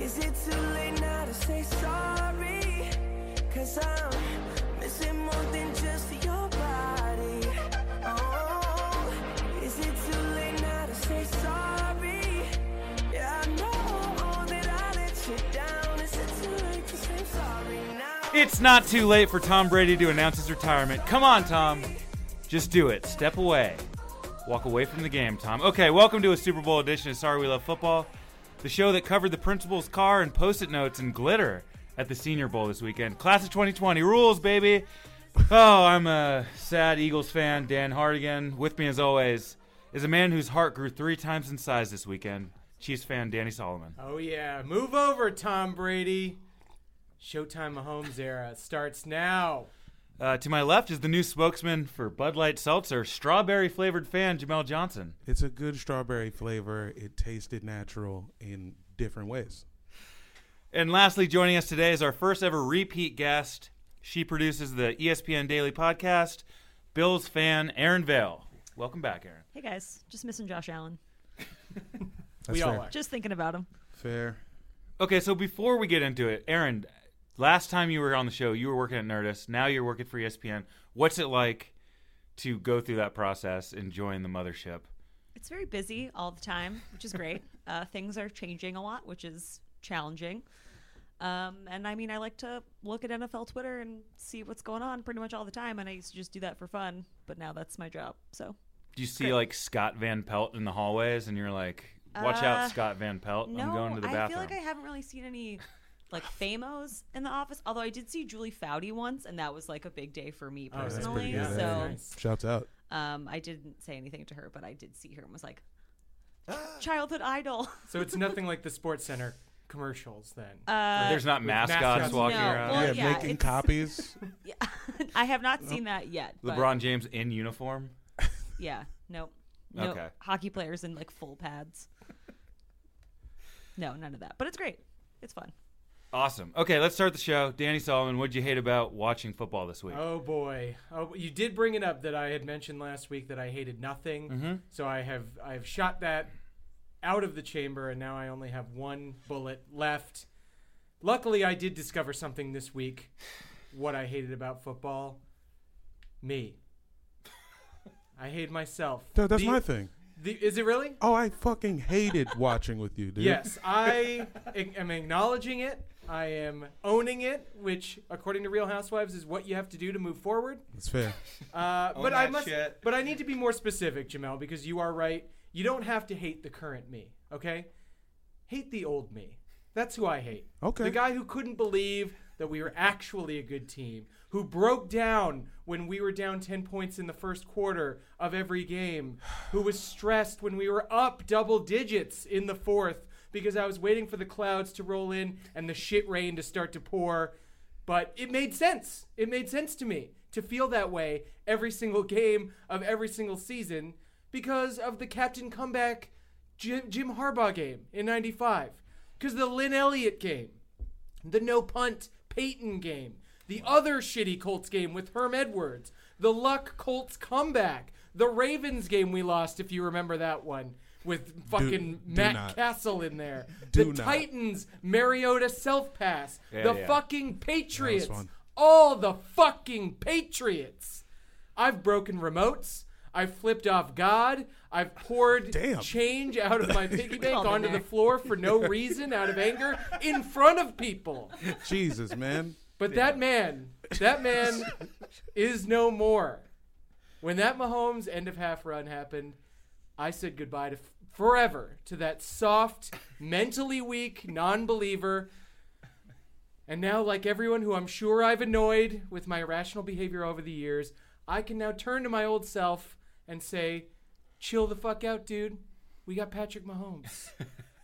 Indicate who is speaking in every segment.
Speaker 1: Is it too late now to say sorry? Cause I'm missing more than just your body. Oh, is it too late now to say sorry? Yeah, I know that I let you down. Is it too late to say sorry now?
Speaker 2: It's not too late for Tom Brady to announce his retirement. Come on, Tom. Just do it. Step away. Walk away from the game, Tom. Okay, welcome to a Super Bowl edition of Sorry We Love Football, the show that covered the principal's car and post it notes and glitter at the Senior Bowl this weekend. Class of 2020 rules, baby. Oh, I'm a sad Eagles fan, Dan Hardigan. With me, as always, is a man whose heart grew three times in size this weekend, Chiefs fan Danny Solomon.
Speaker 3: Oh yeah, move over, Tom Brady. Showtime Mahomes era starts now.
Speaker 2: Uh, to my left is the new spokesman for Bud Light Seltzer, strawberry flavored fan Jamel Johnson.
Speaker 4: It's a good strawberry flavor. It tasted natural in different ways.
Speaker 2: And lastly, joining us today is our first ever repeat guest. She produces the E ESPN Daily podcast, Bills fan Aaron Vale. Welcome back, Aaron.
Speaker 5: Hey guys, just missing Josh Allen.
Speaker 4: That's
Speaker 3: we all
Speaker 4: fair.
Speaker 3: are.
Speaker 5: Just thinking about him.
Speaker 4: Fair.
Speaker 2: Okay, so before we get into it, Aaron, last time you were on the show, you were working at Nerdist. Now you're working for E ESPN. What's it like to go through that process and join the mothership?
Speaker 5: It's very busy all the time, which is great. uh, things are changing a lot, which is challenging. Um, and I mean, I like to look at NFL Twitter and see what's going on pretty much all the time. And I used to just do that for fun, but now that's my job. So
Speaker 2: Do you see like Scott Van Pelt in the hallways, and you're like, "Watch
Speaker 5: Uh,
Speaker 2: out, Scott Van Pelt!
Speaker 5: no,
Speaker 2: I'm going to the bathroom."
Speaker 5: I feel like I haven't really seen any like famos in the office. Although I did see Julie Foudy once, and that was like a big day for me
Speaker 3: Oh, that's pretty
Speaker 5: personally.
Speaker 3: good.
Speaker 5: so.
Speaker 3: That's nice.
Speaker 4: Shouts out.
Speaker 5: Um, I didn't say anything to her, but I did see her and was like, childhood idol.
Speaker 3: So it's nothing like the Sports Center commercials then.
Speaker 5: Uh,
Speaker 2: There's not
Speaker 3: With
Speaker 2: mascots,
Speaker 3: mascots.
Speaker 2: walking
Speaker 5: No,
Speaker 2: around.
Speaker 5: well,
Speaker 4: yeah,
Speaker 5: Oh, yeah,
Speaker 4: making
Speaker 5: it's-
Speaker 4: copies.
Speaker 5: I have not seen that yet. but
Speaker 2: LeBron James in uniform.
Speaker 5: Yeah. Nope. No
Speaker 2: Okay.
Speaker 5: hockey players in like full pads. no, none of that. But it's great. It's fun.
Speaker 2: Awesome. Okay, let's start the show. Danny Solomon, what'd you hate about watching football this week?
Speaker 3: oh boy. Oh, you did bring it up that I had mentioned last week that I hated nothing.
Speaker 4: Mm-hmm.
Speaker 3: So I have I've shot that out of the chamber and now I only have one bullet left. Luckily, I did discover something this week. What I hated about football, me. I hate myself.
Speaker 4: Dude, that's
Speaker 3: The-
Speaker 4: my thing.
Speaker 3: The, is it really?
Speaker 4: Oh, I fucking hated watching with you, dude.
Speaker 3: Yes, I ac- am acknowledging it. I am owning it, which, according to Real Housewives, is what you have to do to move forward.
Speaker 4: It's fair.
Speaker 3: Uh, but I
Speaker 2: that
Speaker 3: must.
Speaker 2: shit.
Speaker 3: But I need to be more specific, Jamel, because you are right. You don't have to hate the current me. Okay, hate the old me. That's who I hate.
Speaker 4: Okay.
Speaker 3: the guy who couldn't believe that we were actually a good team, who broke down when we were down ten points in the first quarter of every game, who was stressed when we were up double digits in the fourth because I was waiting for the clouds to roll in and the shit rain to start to pour but it made sense. It made sense to me to feel that way every single game of every single season because of the captain comeback Jim, Jim Harbaugh game in 95, because the Lynn Elliott game, the no punt Peyton game, the other shitty Colts game with Herm Edwards, the luck Colts comeback, the Ravens game we lost, if you remember that one, with fucking
Speaker 4: do
Speaker 3: Matt
Speaker 4: not.
Speaker 3: Castle in there,
Speaker 4: Do
Speaker 3: the
Speaker 4: not.
Speaker 3: Titans Mariota self pass,
Speaker 2: Yeah,
Speaker 3: the
Speaker 2: yeah.
Speaker 3: fucking Patriots.
Speaker 4: fun.
Speaker 3: All the fucking Patriots. I've broken remotes. I've flipped off God. I've poured
Speaker 4: Damn.
Speaker 3: change out of my piggy bank
Speaker 5: all been
Speaker 3: onto the
Speaker 5: there.
Speaker 3: floor for no reason out of anger in front of people.
Speaker 4: Jesus, man.
Speaker 3: But that man, that man is no more. When that Mahomes end of half run happened, I said goodbye to forever to that soft, mentally weak non-believer And now, like everyone who I'm sure I've annoyed with my irrational behavior over the years, I can now turn to my old self and say, chill the fuck out, dude. We got Patrick Mahomes.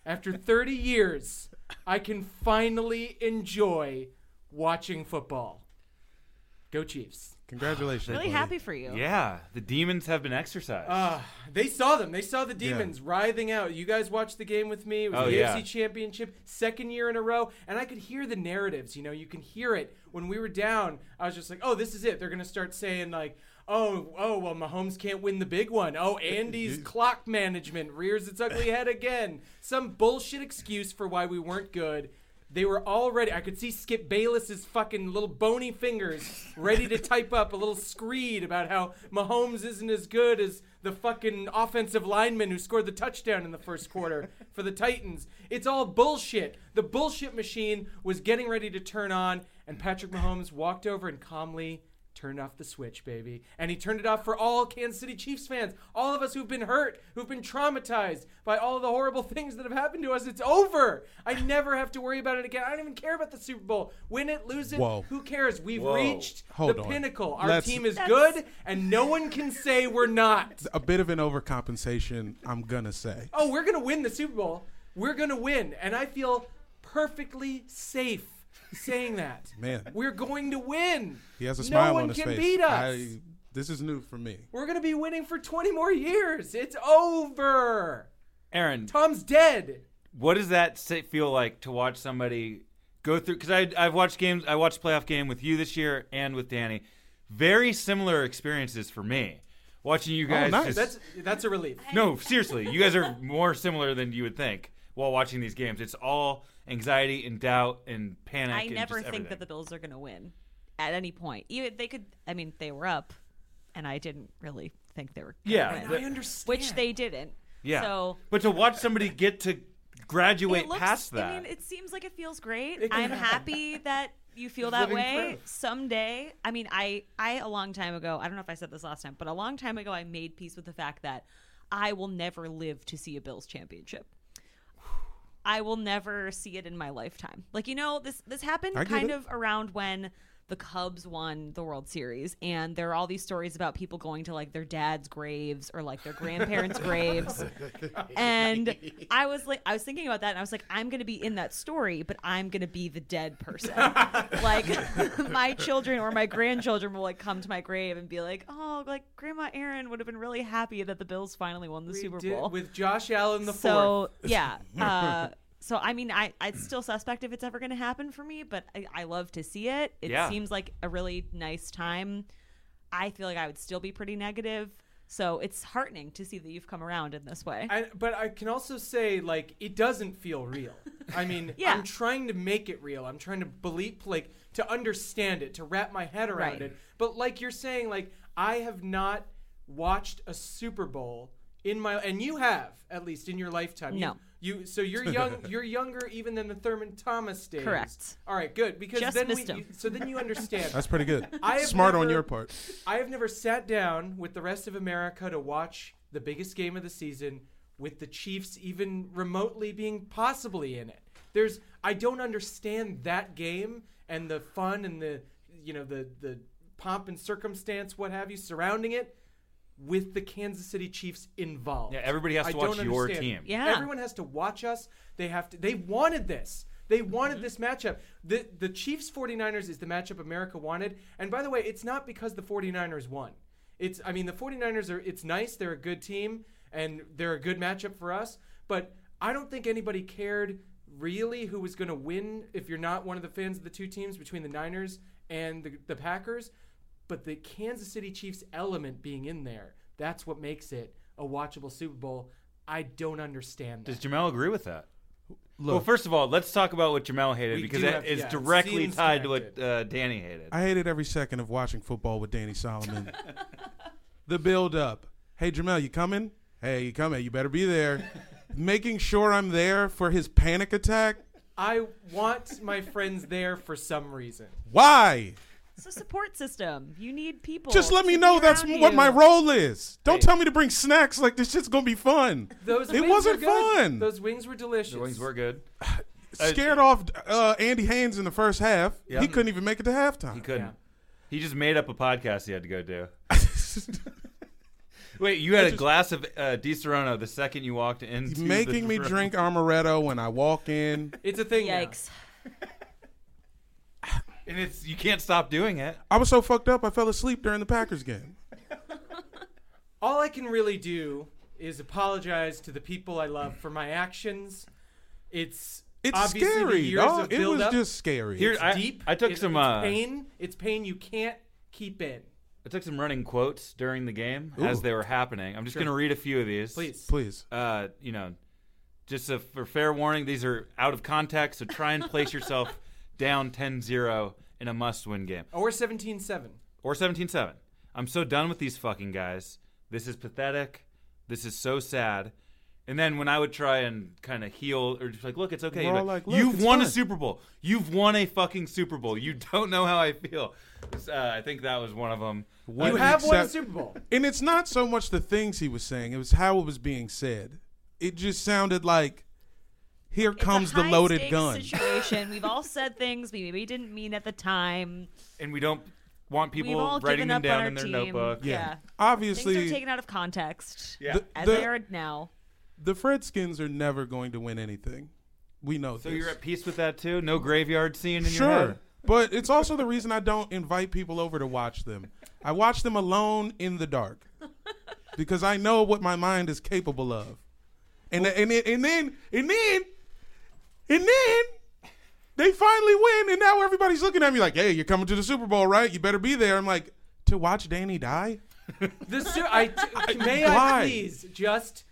Speaker 3: After 30 years, I can finally enjoy watching football. Go Chiefs.
Speaker 4: Congratulations.
Speaker 5: Really
Speaker 4: buddy.
Speaker 5: happy for you.
Speaker 2: Yeah, the demons have been exercised.
Speaker 3: They saw them. They saw the demons writhing out. You guys watched the game with me. It was
Speaker 2: Oh,
Speaker 3: the
Speaker 2: yeah.
Speaker 3: AFC Championship, second year in a row, and I could hear the narratives. You know, you can hear it when we were down. I was just like, "Oh, this is it. They're gonna start saying like." Oh, oh, well, Mahomes can't win the big one. Oh, Andy's clock management rears its ugly head again. Some bullshit excuse for why we weren't good. They were already. I could see Skip Bayless's fucking little bony fingers ready to type up a little screed about how Mahomes isn't as good as the fucking offensive lineman who scored the touchdown in the first quarter for the Titans. It's all bullshit. The bullshit machine was getting ready to turn on, and Patrick Mahomes walked over and calmly turned off the switch, baby. And he turned it off for all Kansas City Chiefs fans, all of us who've been hurt, who've been traumatized by all the horrible things that have happened to us. It's over. I never have to worry about it again. I don't even care about the Super Bowl. Win it, lose it,
Speaker 4: Whoa.
Speaker 3: who cares? We've
Speaker 2: Whoa.
Speaker 3: reached
Speaker 4: Hold
Speaker 3: the
Speaker 4: on.
Speaker 3: pinnacle. Our
Speaker 4: Let's-
Speaker 3: team is
Speaker 5: That's-
Speaker 3: good, and no one can say we're not.
Speaker 4: A bit of an overcompensation, I'm gonna say.
Speaker 3: oh, we're going to win the Super Bowl. We're going to win. And I feel perfectly safe saying that.
Speaker 4: Man.
Speaker 3: We're going to win.
Speaker 4: He has a smile
Speaker 3: no one
Speaker 4: on his
Speaker 3: can
Speaker 4: face.
Speaker 3: beat us.
Speaker 4: I, this is new for me.
Speaker 3: We're going to be winning for 20 more years. It's over.
Speaker 2: Aaron,
Speaker 3: Tom's dead.
Speaker 2: what does that say, feel like to watch somebody go through? Because I've watched games, I watched playoff game with you this year and with Danny. Very similar experiences for me. Watching you guys,
Speaker 4: nice.
Speaker 2: just-
Speaker 3: That's that's a relief.
Speaker 2: no, seriously, you guys are more similar than you would think while watching these games. It's all anxiety and doubt and panic.
Speaker 5: I
Speaker 2: and just
Speaker 5: never think
Speaker 2: everything.
Speaker 5: that the Bills are going to win at any point. Even they could. I mean, they were up, and I didn't really think they were. gonna
Speaker 2: Yeah,
Speaker 5: win,
Speaker 2: the-
Speaker 3: I understand.
Speaker 5: which they didn't.
Speaker 2: yeah.
Speaker 5: So
Speaker 2: but to watch somebody get to graduate
Speaker 5: it looks,
Speaker 2: past that,
Speaker 5: I mean, it seems like it feels great.
Speaker 3: It can
Speaker 5: I'm
Speaker 3: happen.
Speaker 5: happy that you feel that
Speaker 2: living
Speaker 5: way.
Speaker 2: proof.
Speaker 5: Someday, I mean, I I a long time ago. I don't know if I said this last time, but a long time ago, I made peace with the fact that I will never live to see a Bills championship. I will never see it in my lifetime. Like you know, this this happened
Speaker 4: I get
Speaker 5: kind
Speaker 4: it.
Speaker 5: of around when the Cubs won the World Series, and there are all these stories about people going to like their dad's graves or like their grandparents' graves, and I was like, I was thinking about that, and I was like, I'm gonna be in that story, but I'm gonna be the dead person. like my children or my grandchildren will like come to my grave and be like, oh, like Grandma Erin would have been really happy that the Bills finally won the
Speaker 3: We
Speaker 5: Super
Speaker 3: did-
Speaker 5: Bowl
Speaker 3: with Josh Allen the
Speaker 5: so
Speaker 3: fourth.
Speaker 5: yeah uh, so i mean i i still suspect if it's ever going to happen for me but I, I love to see it it
Speaker 2: Yeah.
Speaker 5: seems like a really nice time i feel like i would still be pretty negative so it's heartening to see that you've come around in this way
Speaker 3: I, but I can also say like it doesn't feel real. I mean,
Speaker 5: Yeah.
Speaker 3: I'm trying to make it real. I'm trying to believe, like, to understand it, to wrap my head around
Speaker 5: Right.
Speaker 3: it. But like you're saying, like I have not watched a Super Bowl in my, and you have at least in your lifetime. You-
Speaker 5: No.
Speaker 3: You, so you're young. You're younger even than the Thurman Thomas days.
Speaker 5: Correct.
Speaker 3: All right, good because
Speaker 5: Just
Speaker 3: then we,
Speaker 5: missed him.
Speaker 3: you- so then you understand.
Speaker 4: That's pretty good.
Speaker 3: I have
Speaker 4: Smart on
Speaker 3: never-
Speaker 4: your part.
Speaker 3: I have never sat down with the rest of America to watch the biggest game of the season with the Chiefs even remotely being possibly in it. There's I don't understand that game and the fun and the you know the the pomp and circumstance what have you surrounding it with the Kansas City Chiefs involved.
Speaker 2: Yeah, everybody has
Speaker 3: I
Speaker 2: to watch
Speaker 3: don't
Speaker 2: your
Speaker 3: understand.
Speaker 2: team.
Speaker 5: Yeah.
Speaker 3: Everyone has to watch us. They have to they wanted this. They wanted this matchup. The the Chiefs 49ers is the matchup America wanted. And by the way, it's not because the 49ers won. It's I mean the 49ers are it's nice, they're a good team and they're a good matchup for us, but I don't think anybody cared really who was going to win if you're not one of the fans of the two teams between the Niners and the, the Packers but the Kansas City Chiefs element being in there, that's what makes it a watchable Super Bowl. I don't understand
Speaker 2: Does
Speaker 3: that.
Speaker 2: Jamel agree with that?
Speaker 4: Look,
Speaker 2: well, first of all, let's talk about what Jamel hated
Speaker 3: We
Speaker 2: because
Speaker 3: do
Speaker 2: that
Speaker 3: have-
Speaker 2: is
Speaker 3: yeah, it
Speaker 2: directly
Speaker 3: seems
Speaker 2: tied to
Speaker 3: connected.
Speaker 2: what uh, Danny hated.
Speaker 4: I hated every second of watching football with Danny Solomon. the build up. Hey Jamel, you coming? Hey, you coming? You better be there. Making sure I'm there for his panic attack.
Speaker 3: I want my friends there for some reason.
Speaker 4: Why?
Speaker 5: it's a support system you need people
Speaker 4: Just let me
Speaker 5: Oh, to be
Speaker 4: know that's
Speaker 5: around
Speaker 4: what my
Speaker 5: you.
Speaker 4: role is. Don't tell me to bring snacks. Like this shit's gonna be fun.
Speaker 3: Those
Speaker 4: it
Speaker 3: wings
Speaker 4: wasn't
Speaker 3: were good.
Speaker 4: fun.
Speaker 3: Those wings were delicious.
Speaker 2: the wings were good.
Speaker 4: scared off uh, Andy Haynes in the first half.
Speaker 2: Yeah.
Speaker 4: He couldn't even make it to halftime.
Speaker 2: He couldn't.
Speaker 3: Yeah.
Speaker 2: He just made up a podcast he had to go do. Wait, you had a glass of uh, Di Serono the second you walked in.
Speaker 4: He's making me drink amaretto when I walk in.
Speaker 3: It's a thing. now.
Speaker 5: Yikes.
Speaker 2: and it's you can't stop doing it.
Speaker 4: I was so fucked up, I fell asleep during the Packers game.
Speaker 3: All I can really do is apologize to the people I love for my actions. It's
Speaker 4: It's
Speaker 3: obviously the
Speaker 4: scary,
Speaker 3: years
Speaker 4: dog.
Speaker 3: of
Speaker 4: It was
Speaker 3: buildup.
Speaker 4: just scary.
Speaker 2: Here, I,
Speaker 3: deep.
Speaker 2: I took
Speaker 3: It-
Speaker 2: some
Speaker 3: it's
Speaker 2: uh,
Speaker 3: pain. It's pain you can't keep in.
Speaker 2: I took some running quotes during the game as
Speaker 4: Ooh.
Speaker 2: they were happening. I'm just going to read a few of these.
Speaker 3: Please.
Speaker 4: Please.
Speaker 2: uh, you know, just a, for fair warning, these are out of context, so try and place yourself down 10 0 in a must win game.
Speaker 3: Or 17-7.
Speaker 2: Or 17 7. I'm so done with these fucking guys. This is pathetic. This is so sad. And then when I would try and kind of heal, or just like, look, it's okay.
Speaker 4: We're all
Speaker 2: But
Speaker 4: like, look,
Speaker 2: You've
Speaker 4: it's
Speaker 2: won a
Speaker 4: fine."
Speaker 2: Super Bowl. You've won a fucking Super Bowl. You don't know how I feel. Uh, I think that was one of them.
Speaker 4: What
Speaker 3: You
Speaker 4: an
Speaker 3: have won a
Speaker 4: accept-
Speaker 3: Super Bowl.
Speaker 4: And it's not so much the things he was saying, it was how it was being said. It just sounded like here comes
Speaker 5: It's a
Speaker 4: the loaded
Speaker 5: high-stakes
Speaker 4: gun.
Speaker 5: Situation. We've all said things we maybe didn't mean at the time.
Speaker 2: And we don't want
Speaker 5: We've all
Speaker 2: people writing
Speaker 5: given
Speaker 2: them
Speaker 5: up on
Speaker 2: down
Speaker 5: our
Speaker 2: in their
Speaker 5: team.
Speaker 2: notebook.
Speaker 5: Yeah.
Speaker 4: Obviously,
Speaker 5: Things are taken out of context.
Speaker 2: Yeah.
Speaker 4: the,
Speaker 5: As they
Speaker 4: the,
Speaker 5: are now.
Speaker 4: the Fredskins are never going to win anything. We know
Speaker 2: So
Speaker 4: this.
Speaker 2: you're at peace with that too? No graveyard scene in your
Speaker 4: Sure.
Speaker 2: head?
Speaker 4: But it's also the reason I don't invite people over to watch them. I watch them alone in the dark because I know what my mind is capable of. And and then- and then and then and then they finally win and now everybody's looking at me like, "Hey, you're coming to the Super Bowl, right? You better be there." I'm like, "To watch Danny die?"
Speaker 3: The su- I t- may I
Speaker 4: Why?
Speaker 3: please just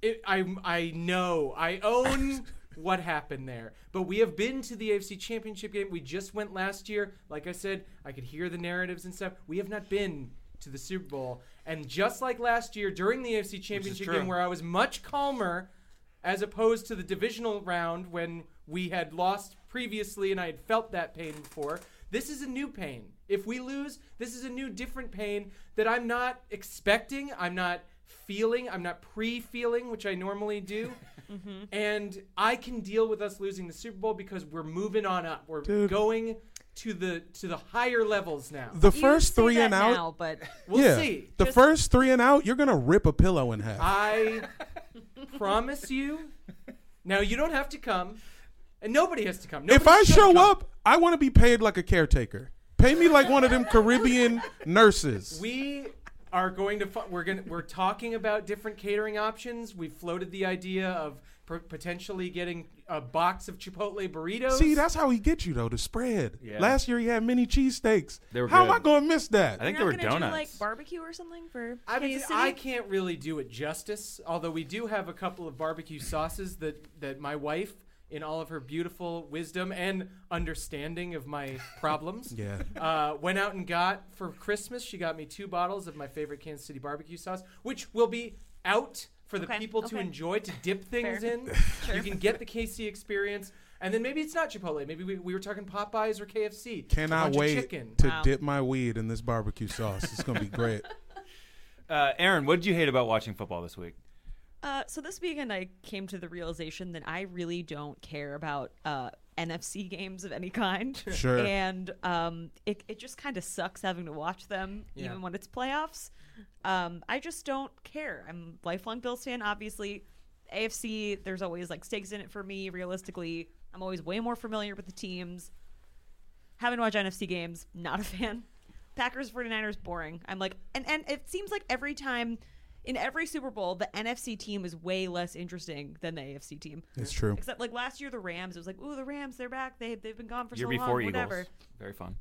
Speaker 3: it, I I know I own what happened there, but we have been to the AFC Championship game. We just went last year. Like I said, I could hear the narratives and stuff. We have not been to the Super Bowl, and just like last year during the AFC Championship
Speaker 2: true.
Speaker 3: game, where I was much calmer, as opposed to the divisional round when we had lost previously and I had felt that pain before. This is a new pain. If we lose, this is a new, different pain that I'm not expecting. I'm not feeling. I'm not pre feeling, which I normally do. Mm-hmm. And I can deal with us losing the Super Bowl because we're moving on up. We're
Speaker 4: Dude.
Speaker 3: going to the to the higher levels now.
Speaker 4: The
Speaker 5: You
Speaker 4: first
Speaker 5: say
Speaker 4: 3
Speaker 5: that
Speaker 4: and out.
Speaker 5: now, but
Speaker 3: we'll
Speaker 4: yeah.
Speaker 3: see.
Speaker 4: The
Speaker 5: Just-
Speaker 4: first 3 and out, you're going to rip a pillow in half.
Speaker 3: I promise you. Now you don't have to come, and nobody has to come.
Speaker 4: if
Speaker 3: Nobody
Speaker 4: I
Speaker 3: should
Speaker 4: show
Speaker 3: come.
Speaker 4: up, I want to be paid like a caretaker. Pay me like one of them Caribbean nurses.
Speaker 3: we are going to fu- we're going to we're talking about different catering options. We floated the idea of pr- potentially getting a box of Chipotle burritos.
Speaker 4: See, that's how he gets you though. The spread.
Speaker 2: Yeah.
Speaker 4: Last year he had mini cheesesteaks.
Speaker 2: They were
Speaker 4: How
Speaker 2: good.
Speaker 4: am I gonna miss that?
Speaker 2: I think
Speaker 5: you're
Speaker 2: there were
Speaker 5: not gonna
Speaker 2: donuts.
Speaker 5: do like barbecue or something for
Speaker 3: I mean,
Speaker 5: Kansas City?
Speaker 3: I can't really do it justice. Although we do have a couple of barbecue sauces that that my wife, in all of her beautiful wisdom and understanding of my problems,
Speaker 4: Yeah.
Speaker 3: uh, went out and got for Christmas. She got me two bottles of my favorite Kansas City barbecue sauce, which will be out for the
Speaker 5: Okay,
Speaker 3: people to
Speaker 5: okay.
Speaker 3: enjoy to dip things
Speaker 5: Fair.
Speaker 3: in. You can get the KC experience. And then maybe it's not Chipotle. Maybe we, we were talking Popeyes or KFC. A
Speaker 4: Cannot
Speaker 3: bunch of
Speaker 4: wait
Speaker 3: chicken.
Speaker 4: to
Speaker 5: Wow.
Speaker 4: dip my weed in this barbecue sauce. It's gonna be great.
Speaker 2: uh, Aaron, what did you hate about watching football this week?
Speaker 5: Uh, so this weekend, I came to the realization that I really don't care about uh, NFC games of any kind.
Speaker 4: Sure.
Speaker 5: And um, it, it just kind of sucks having to watch them,
Speaker 3: Yeah.
Speaker 5: even when it's playoffs. Um, I just don't care. I'm a lifelong Bills fan, obviously. AFC, there's always like stakes in it for me. Realistically, I'm always way more familiar with the teams. Having to watch NFC games, not a fan. Packers 49ers boring. I'm like and and it seems like every time in every Super Bowl the NFC team is way less interesting than the AFC team.
Speaker 4: It's true.
Speaker 5: Except like last year the Rams it was like, "Ooh, the Rams, they're back. They they've been gone for
Speaker 2: Year
Speaker 5: so
Speaker 2: before
Speaker 5: long,
Speaker 2: Eagles.
Speaker 5: whatever."
Speaker 2: Very fun.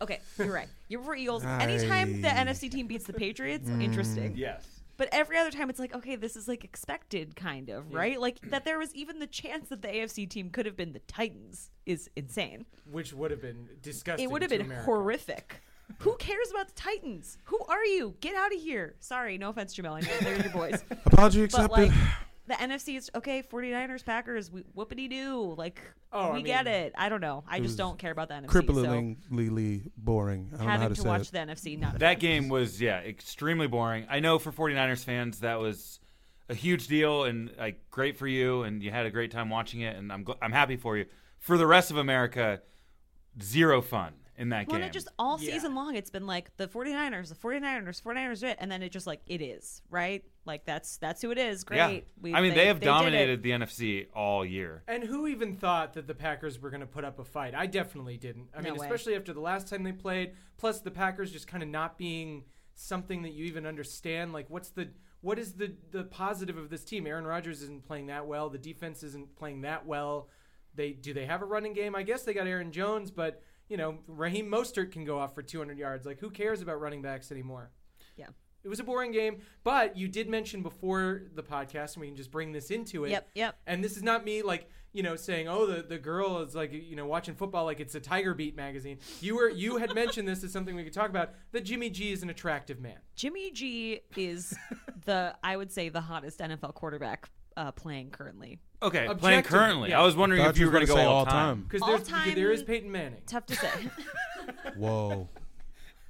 Speaker 5: Okay, you're right. Year before Eagles, anytime the
Speaker 4: Aye.
Speaker 5: NFC team beats the Patriots,
Speaker 4: Mm.
Speaker 5: interesting.
Speaker 2: Yes.
Speaker 5: But every other time, it's like, okay, this is like expected, kind of, right? Like that there was even the chance that the AFC team could have been the Titans is insane.
Speaker 3: Which would have been disgusting.
Speaker 5: it would have
Speaker 3: to
Speaker 5: been
Speaker 3: America.
Speaker 5: horrific. Who cares about the Titans? Who are you? Get out of here. Sorry, no offense, Jamel. I know they're your boys.
Speaker 4: Apology
Speaker 5: But
Speaker 4: accepted.
Speaker 5: like the NFC is okay, 49ers, Packers, we, whoopity doo. Like
Speaker 3: Oh, I
Speaker 5: we get
Speaker 3: mean,
Speaker 5: it. I don't know. I
Speaker 4: was
Speaker 5: just don't care about the NFC.
Speaker 4: Cripplingly boring. I
Speaker 5: So
Speaker 4: don't know how
Speaker 5: having
Speaker 4: to,
Speaker 5: to
Speaker 4: say
Speaker 5: watch
Speaker 4: it.
Speaker 5: the NFC, not a
Speaker 2: That game was, yeah, extremely boring. I know for 49ers fans, that was a a huge deal and like great for you, and you had a great time watching it, and I'm gl- I'm happy for you. For the rest of America, zero fun in that
Speaker 5: Well, and
Speaker 2: game.
Speaker 5: it just all
Speaker 3: Yeah.
Speaker 5: season long, it's been like the 49ers, the 49ers, 49ers, it, and then it just like it is right. Like that's that's who it is. Great.
Speaker 2: yeah,
Speaker 5: We-
Speaker 2: I mean they, have
Speaker 5: did it.
Speaker 2: dominated the NFC all year.
Speaker 3: And who even thought that the Packers were going to put up a fight? I definitely didn't. I
Speaker 5: No
Speaker 3: mean,
Speaker 5: way.
Speaker 3: especially after the last time they played, plus the Packers just kind of not being something that you even understand. Like, what's the what is the the positive of this team? Aaron Rodgers isn't playing that well. The defense isn't playing that well. They do they have a running game? I guess they got Aaron Jones, but you know Raheem Mostert can go off for 200 yards. Like, who cares about running backs anymore?
Speaker 5: Yeah.
Speaker 3: It was a boring game, but you did mention before the podcast, and we can just bring this into it.
Speaker 5: Yep, yep.
Speaker 3: And this is not me, like you know, saying, "Oh, the, the girl is like you know watching football like it's a Tiger Beat magazine." You were you had mentioned this as something we could talk about that Jimmy G is an attractive man.
Speaker 5: Jimmy G is the I would say the hottest NFL quarterback uh, playing currently.
Speaker 2: Okay, playing
Speaker 3: Objectively,
Speaker 2: currently,
Speaker 3: yeah.
Speaker 2: I was wondering
Speaker 4: Thought
Speaker 2: if you
Speaker 4: you
Speaker 2: were going
Speaker 4: were
Speaker 2: to
Speaker 4: gonna
Speaker 2: go
Speaker 4: say
Speaker 2: all
Speaker 4: all
Speaker 2: time.
Speaker 4: time.
Speaker 3: Because
Speaker 5: All
Speaker 3: there's there is
Speaker 5: time-
Speaker 3: Peyton Manning.
Speaker 5: Tough to say.
Speaker 4: Whoa.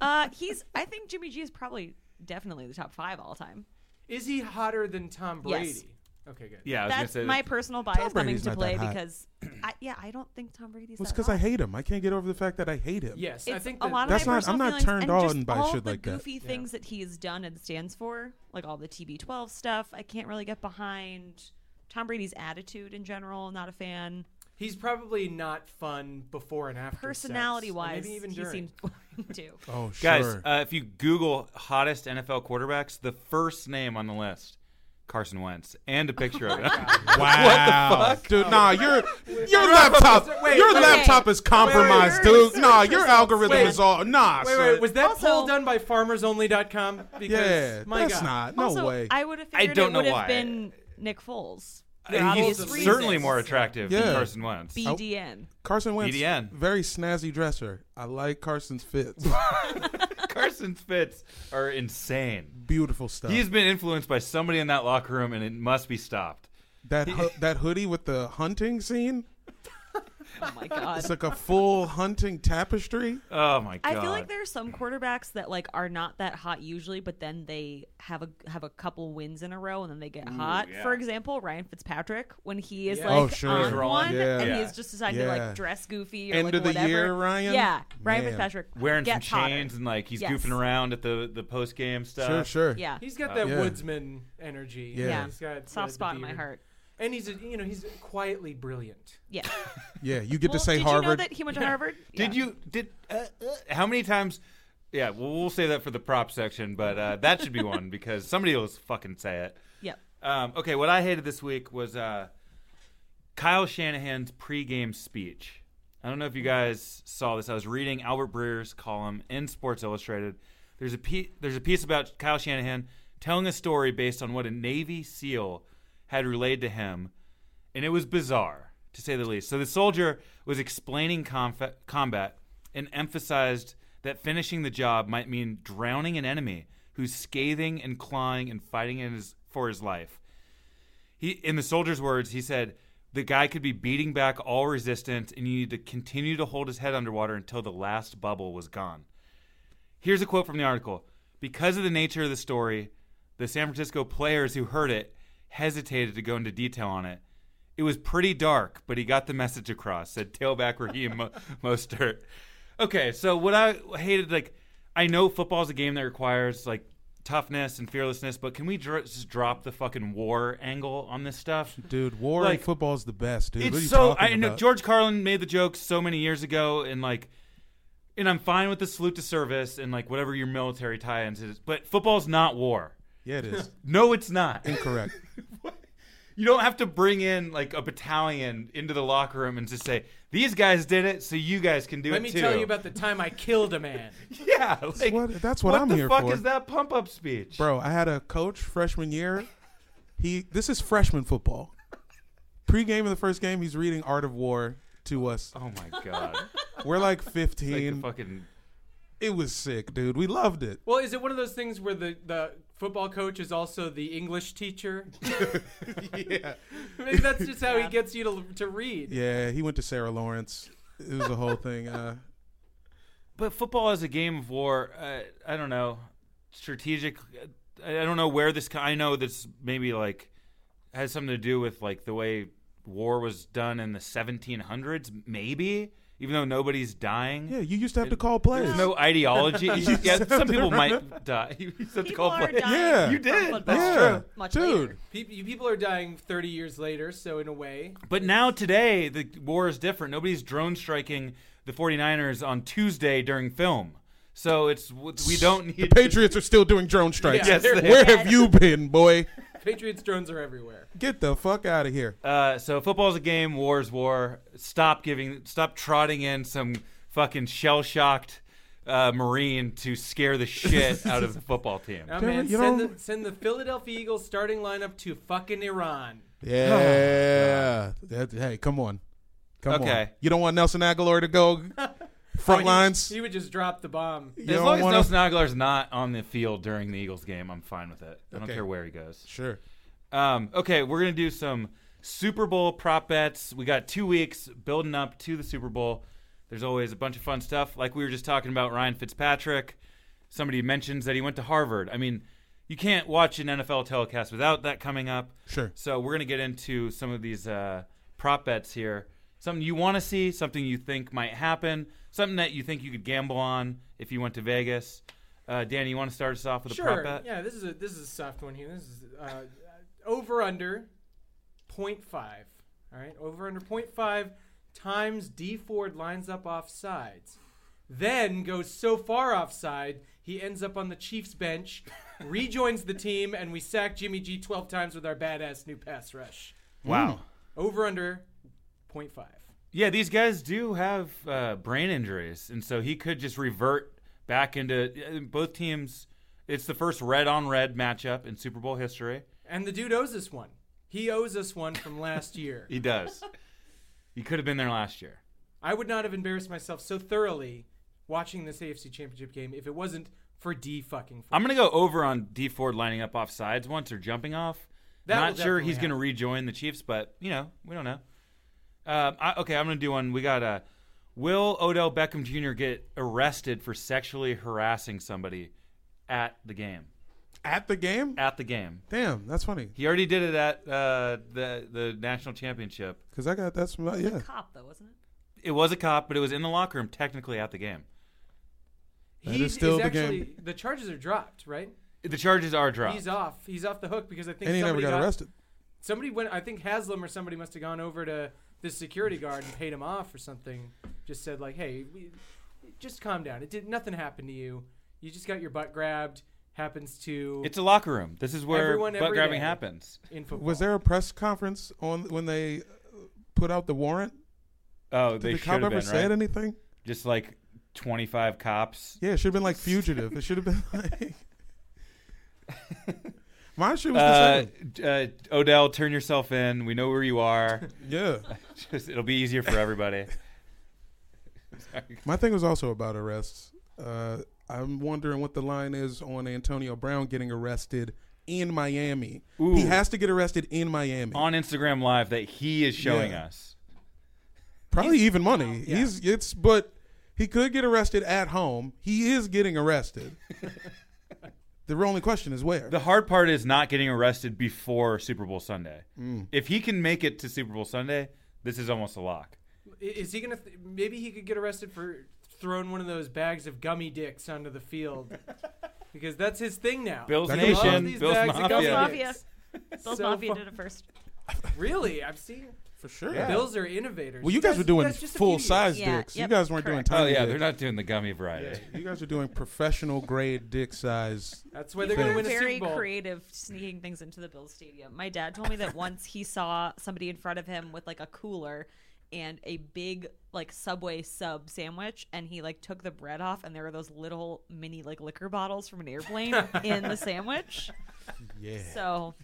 Speaker 5: uh, he's I think Jimmy G is probably definitely the top five all time.
Speaker 3: Is he hotter than Tom Brady?
Speaker 5: Yes.
Speaker 3: Okay, good.
Speaker 2: Yeah, I was going to
Speaker 5: That's
Speaker 2: say
Speaker 5: my personal bias coming
Speaker 4: Brady's
Speaker 5: to
Speaker 4: not
Speaker 5: play
Speaker 4: that hot.
Speaker 5: because I, yeah, I don't think Tom Brady's.
Speaker 4: Well, it's
Speaker 5: that
Speaker 4: because I
Speaker 5: hot.
Speaker 4: hate him. I can't get over the fact that I hate him.
Speaker 3: Yes, I
Speaker 5: It's
Speaker 3: think
Speaker 5: a
Speaker 3: that-
Speaker 5: lot of
Speaker 4: That's
Speaker 5: my
Speaker 4: not-
Speaker 5: personal
Speaker 4: I'm not
Speaker 5: feelings
Speaker 4: turned
Speaker 5: and
Speaker 4: on
Speaker 5: just
Speaker 4: by
Speaker 5: all
Speaker 4: shit
Speaker 5: the
Speaker 4: like that.
Speaker 5: goofy things that he's done and stands for, like all the TB12 stuff. I can't really get behind Tom Brady's attitude in general. Not a fan.
Speaker 3: he's probably not fun before and after. sex, or
Speaker 5: Personality wise,
Speaker 3: maybe even
Speaker 5: he
Speaker 3: during.
Speaker 5: seems too.
Speaker 4: Oh, sure.
Speaker 2: Guys, uh, if you Google hottest NFL quarterbacks, the first name on the list, Carson Wentz, and a picture of it.
Speaker 4: wow. Dude, nah, your your laptop
Speaker 3: wait,
Speaker 4: your
Speaker 3: wait.
Speaker 4: laptop is compromised,
Speaker 5: Wait, wait,
Speaker 4: dude. Nah, your algorithm
Speaker 3: Wait.
Speaker 4: is all nah.
Speaker 3: Wait,
Speaker 4: son.
Speaker 3: wait, was that
Speaker 5: Also-
Speaker 3: poll done by FarmersOnly.com? Because
Speaker 4: yeah,
Speaker 3: my
Speaker 4: that's
Speaker 3: God.
Speaker 4: not. No
Speaker 5: also,
Speaker 4: way. Oh.
Speaker 5: I would have figured
Speaker 2: don't
Speaker 5: it
Speaker 2: know
Speaker 5: would
Speaker 2: why.
Speaker 5: have been Nick Foles. for
Speaker 2: He's
Speaker 5: obvious
Speaker 3: reasons.
Speaker 2: certainly more attractive than
Speaker 4: Yeah.
Speaker 2: Carson Wentz.
Speaker 5: BDN.
Speaker 4: Carson Wentz,
Speaker 2: BDN.
Speaker 4: very snazzy dresser. I like Carson's fits.
Speaker 2: Carson's fits are insane.
Speaker 4: Beautiful stuff.
Speaker 2: He's been influenced by somebody in that locker room, and it must be stopped.
Speaker 4: that hu- that hoodie with the hunting scene.
Speaker 5: Oh my god.
Speaker 4: It's like a full hunting tapestry.
Speaker 2: Oh my god!
Speaker 5: I feel like there are some quarterbacks that like are not that hot usually, but then they have a have a couple wins in a row and then they get hot.
Speaker 2: yeah.
Speaker 5: For example, Ryan Fitzpatrick when he is
Speaker 3: Yeah.
Speaker 5: like
Speaker 4: Oh, sure.
Speaker 5: on
Speaker 2: Drawn.
Speaker 5: one
Speaker 4: Yeah.
Speaker 5: and
Speaker 2: Yeah.
Speaker 5: he's just decided to
Speaker 4: Yeah.
Speaker 5: like dress goofy or
Speaker 4: End
Speaker 5: like,
Speaker 4: of the
Speaker 5: whatever.
Speaker 4: year, Ryan?
Speaker 5: Yeah, Ryan
Speaker 4: Man.
Speaker 5: Fitzpatrick
Speaker 2: wearing some
Speaker 5: gets
Speaker 2: chains
Speaker 5: hotter.
Speaker 2: and like he's
Speaker 5: Yes.
Speaker 2: goofing around at the the post game stuff.
Speaker 4: Sure, sure.
Speaker 5: yeah,
Speaker 3: He's got that
Speaker 4: Yeah.
Speaker 3: woodsman energy.
Speaker 4: Yeah.
Speaker 5: Yeah.
Speaker 3: he's got the-
Speaker 5: soft
Speaker 3: the
Speaker 5: spot in my
Speaker 3: beard.
Speaker 5: heart.
Speaker 3: And he's a, you know he's quietly brilliant.
Speaker 5: Yeah.
Speaker 4: Yeah, you get
Speaker 5: Well,
Speaker 4: to say
Speaker 5: did
Speaker 4: Harvard.
Speaker 5: you know that he went to Harvard?
Speaker 2: Did you did uh, uh, how many times? Yeah, well, we'll save that for the prop section, but uh, that should be one because somebody will fucking say it.
Speaker 5: Yep.
Speaker 2: Um, okay, what I hated this week was uh, Kyle Shanahan's pregame speech. I don't know if you guys saw this. I was reading Albert Breer's column in Sports Illustrated. There's a pe- there's a piece about Kyle Shanahan telling a story based on what a Navy SEAL had relayed to him, and it was bizarre to say the least. So the soldier was explaining comf- combat and emphasized that finishing the job might mean drowning an enemy who's scathing and clawing and fighting in his, for his life he in the soldier's words he said the guy could be beating back all resistance and you need to continue to hold his head underwater until the last bubble was gone here's a quote from the article because of the nature of the story the san francisco players who heard it hesitated to go into detail on it it was pretty dark but he got the message across said tailback raheem Mo- mostert okay so what i hated like i know football's a game that requires like toughness and fearlessness but can we dr- just drop the fucking war angle on this stuff
Speaker 4: Dude, war
Speaker 2: Like,
Speaker 4: and football's the best, dude.
Speaker 2: it's
Speaker 4: what are you
Speaker 2: so
Speaker 4: talking
Speaker 2: I know
Speaker 4: about?
Speaker 2: George Carlin made the joke so many years ago, and like, and I'm fine with the salute to service and like whatever your military tie-ins is, but football's not war.
Speaker 4: yeah, it is.
Speaker 2: No, it's not.
Speaker 4: Correct.
Speaker 2: you don't have to bring in like a battalion into the locker room and just say these guys did it, so you guys can do
Speaker 3: Let
Speaker 2: it
Speaker 3: me
Speaker 2: too.
Speaker 3: tell you about the time I killed a man.
Speaker 2: yeah. Like,
Speaker 4: what- that's what I'm
Speaker 2: the
Speaker 4: here
Speaker 2: fuck
Speaker 4: for.
Speaker 2: is that pump-up speech,
Speaker 4: Bro, I had a coach freshman year. He this is freshman football. Pre-game of the first game, he's reading Art of War to us.
Speaker 2: Oh my god!
Speaker 4: We're like
Speaker 2: like the
Speaker 4: 15.
Speaker 2: fucking
Speaker 4: it was sick, dude. We loved it.
Speaker 3: well, is it one of those things where the the football coach is also the English teacher?
Speaker 4: Yeah.
Speaker 3: Maybe that's just how he gets you to to read.
Speaker 4: Yeah, he went to Sarah Lawrence. It was a whole thing. Uh,
Speaker 2: But football is a game of war. Uh, I don't know. Strategic. I I don't know where this. co- I know that's maybe like has something to do with like the way war was done in the 1700s, maybe. Even though nobody's dying,
Speaker 4: Yeah, you used to have to call plays.
Speaker 2: there's no ideology. yeah,
Speaker 4: have
Speaker 2: some
Speaker 4: to
Speaker 2: people
Speaker 4: remember.
Speaker 2: might die. You just have to
Speaker 5: People
Speaker 2: call
Speaker 5: are
Speaker 2: plays.
Speaker 5: dying.
Speaker 4: Yeah. You
Speaker 5: from
Speaker 2: did.
Speaker 5: blood
Speaker 2: That's
Speaker 5: loss
Speaker 4: yeah,
Speaker 5: Much
Speaker 4: dude.
Speaker 5: later.
Speaker 3: Peop you people are dying 30 years later, so in a way,
Speaker 2: But now today, the war is different. Nobody's drone striking the 49ers on Tuesday during film. So it's we don't need
Speaker 4: The Patriots are still doing drone strikes.
Speaker 3: Yes,
Speaker 2: they
Speaker 4: Where
Speaker 5: are.
Speaker 4: have you been, boy?
Speaker 3: Patriots drones are everywhere.
Speaker 4: Get the fuck out of here.
Speaker 2: Uh, so football's a game, war is war. Stop giving, stop trotting in some fucking shell shocked uh, Marine to scare the shit out of the football team.
Speaker 3: Now,
Speaker 4: Damn
Speaker 3: man,
Speaker 4: it, you
Speaker 3: send,
Speaker 4: know-
Speaker 3: the, send the Philadelphia Eagles starting lineup to fucking Iran.
Speaker 4: Yeah. That- hey, come on. Come on.
Speaker 2: oh Okay. Oh,
Speaker 4: You don't want Nelson Aguilar to go front lines?
Speaker 3: He would just drop the bomb.
Speaker 4: You
Speaker 2: As
Speaker 4: don't
Speaker 2: long as
Speaker 4: wanna-
Speaker 2: Nelson Aguilar's not on the field during the Eagles game, I'm fine with it. I don't
Speaker 4: Okay.
Speaker 2: care where he goes.
Speaker 4: Sure.
Speaker 2: Um, okay, we're gonna do some Super Bowl prop bets. We got two weeks building up to the Super Bowl. There's always a bunch of fun stuff. Like we were just talking about Ryan Fitzpatrick. Somebody mentions that he went to Harvard. I mean, you can't watch an NFL telecast without that coming up.
Speaker 4: Sure.
Speaker 2: So we're gonna get into some of these uh, prop bets here. Something you want to see, something you think might happen, something that you think you could gamble on if you went to Vegas. Uh, Danny, you want to start us off with a prop
Speaker 3: Sure.
Speaker 2: bet?
Speaker 3: Yeah, this is a this is a soft one here. This is uh, over under 0.5. All right, over under 0.5 times D Ford lines up off sides, then goes so far offside he ends up on the Chiefs bench, rejoins the team, and we sack Jimmy G 12 times with our badass new pass rush.
Speaker 2: Wow.
Speaker 3: Over under 0.5.
Speaker 2: Yeah, these guys do have uh, brain injuries, and so he could just revert back into uh, both teams. It's the first red on red matchup in Super Bowl history.
Speaker 3: And the dude owes us one. He owes us one from last year.
Speaker 2: He does. he could have been there last year.
Speaker 3: I would not have embarrassed myself so thoroughly watching this AFC Championship game if it wasn't for D fucking.
Speaker 2: I'm gonna go over on D Ford lining up off sides once or jumping off.
Speaker 3: That will
Speaker 2: Not sure
Speaker 3: definitely
Speaker 2: he's gonna
Speaker 3: happen.
Speaker 2: rejoin the Chiefs, but you know we don't know. Uh, I, okay, I'm gonna do one. We got uh, will Odell Beckham Jr. get arrested for sexually harassing somebody at the game?
Speaker 4: At the game?
Speaker 2: At the game.
Speaker 4: Damn, that's funny.
Speaker 2: He already did it at uh, the the national championship.
Speaker 4: Because I got that's my, yeah.
Speaker 5: Cop though, wasn't it?
Speaker 2: It was a cop, but it was in the locker room, technically at the game.
Speaker 4: That
Speaker 3: He
Speaker 4: is still the
Speaker 3: actually,
Speaker 4: game.
Speaker 3: The charges are dropped, right?
Speaker 2: The charges are dropped.
Speaker 3: He's off. He's off the hook because I think
Speaker 4: And he never
Speaker 3: somebody
Speaker 4: got, arrested.
Speaker 3: Somebody went. I think Haslam or somebody must have gone over to this security guard and paid him off or something. Just said like, "Hey, we, just calm down. It did nothing happened to you. You just got your butt grabbed. Happens to
Speaker 2: it's a locker room. This is where
Speaker 3: Everyone,
Speaker 2: butt
Speaker 3: every
Speaker 2: grabbing
Speaker 3: day.
Speaker 2: happens.
Speaker 3: in football."
Speaker 4: Was there a press conference on when they uh, put out the warrant?
Speaker 2: Oh,
Speaker 4: Did
Speaker 2: they
Speaker 4: the
Speaker 2: should have
Speaker 4: cop
Speaker 2: been
Speaker 4: ever
Speaker 2: right.
Speaker 4: said anything?
Speaker 2: Just like twenty five cops.
Speaker 4: Yeah, it should have been like fugitive. it should have been like. My shit was the
Speaker 2: Uh,
Speaker 4: same.
Speaker 2: uh, Odell, turn yourself in. We know where you are.
Speaker 4: Yeah.
Speaker 2: Just, it'll be easier for everybody.
Speaker 4: My thing was also about arrests. Uh, I'm wondering what the line is on Antonio Brown getting arrested in Miami.
Speaker 2: Ooh.
Speaker 4: He has to get arrested in Miami.
Speaker 2: On Instagram Live, that he is showing
Speaker 4: Yeah.
Speaker 2: us.
Speaker 4: Probably even money.
Speaker 3: yeah.
Speaker 4: He's it's but he could get arrested at home. He is getting arrested. the only question is where.
Speaker 2: The hard part is not getting arrested before Super Bowl Sunday.
Speaker 4: Mm.
Speaker 2: If he can make it to Super Bowl Sunday, this is almost a lock.
Speaker 3: I- Is he gonna? Th- maybe he could get arrested for throwing one of those bags of gummy dicks onto the field, because that's his thing now.
Speaker 2: Bill's
Speaker 4: That could be fun.
Speaker 2: Nation,
Speaker 3: These
Speaker 2: Bill's
Speaker 3: bags of
Speaker 2: Mafia.
Speaker 3: gummy
Speaker 5: Bill's
Speaker 3: Yeah.
Speaker 5: Mafia. Bill's
Speaker 3: So
Speaker 5: Mafia
Speaker 3: fun.
Speaker 5: did it first.
Speaker 3: Really, I've seen.
Speaker 4: For sure.
Speaker 3: Bills are innovators.
Speaker 4: Well, you guys were doing
Speaker 3: guys just a few
Speaker 4: full
Speaker 3: years.
Speaker 4: size
Speaker 5: Yeah,
Speaker 4: dicks.
Speaker 5: yep,
Speaker 4: you guys weren't
Speaker 5: correct.
Speaker 4: doing
Speaker 2: Oh
Speaker 4: tiny.
Speaker 2: yeah,
Speaker 4: dicks.
Speaker 2: they're not doing the gummy variety.
Speaker 4: You guys are doing professional grade dick size.
Speaker 3: That's why they're going to
Speaker 5: We're
Speaker 3: win a
Speaker 5: very
Speaker 3: Super Bowl.
Speaker 5: creative sneaking things into the Bills Stadium. My dad told me that once he saw somebody in front of him with like a cooler and a big like Subway sub sandwich, and he like took the bread off, and there were those little mini like liquor bottles from an airplane in the sandwich.
Speaker 4: Yeah.
Speaker 5: So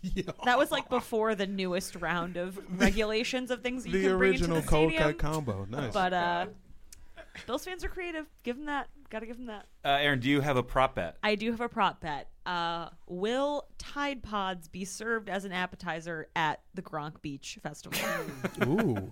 Speaker 5: that was like before the newest round of regulations of things that you
Speaker 4: the
Speaker 5: can bring into
Speaker 4: original
Speaker 5: the
Speaker 4: cold
Speaker 5: stadium.
Speaker 4: cut combo. Nice.
Speaker 5: But uh, Bills fans are creative. Give them that. Gotta give them that.
Speaker 2: Uh, Aaron, do you have a prop bet?
Speaker 5: I do have a prop bet. Uh, will Tide Pods be served as an appetizer at the Gronk Beach Festival?
Speaker 4: Ooh.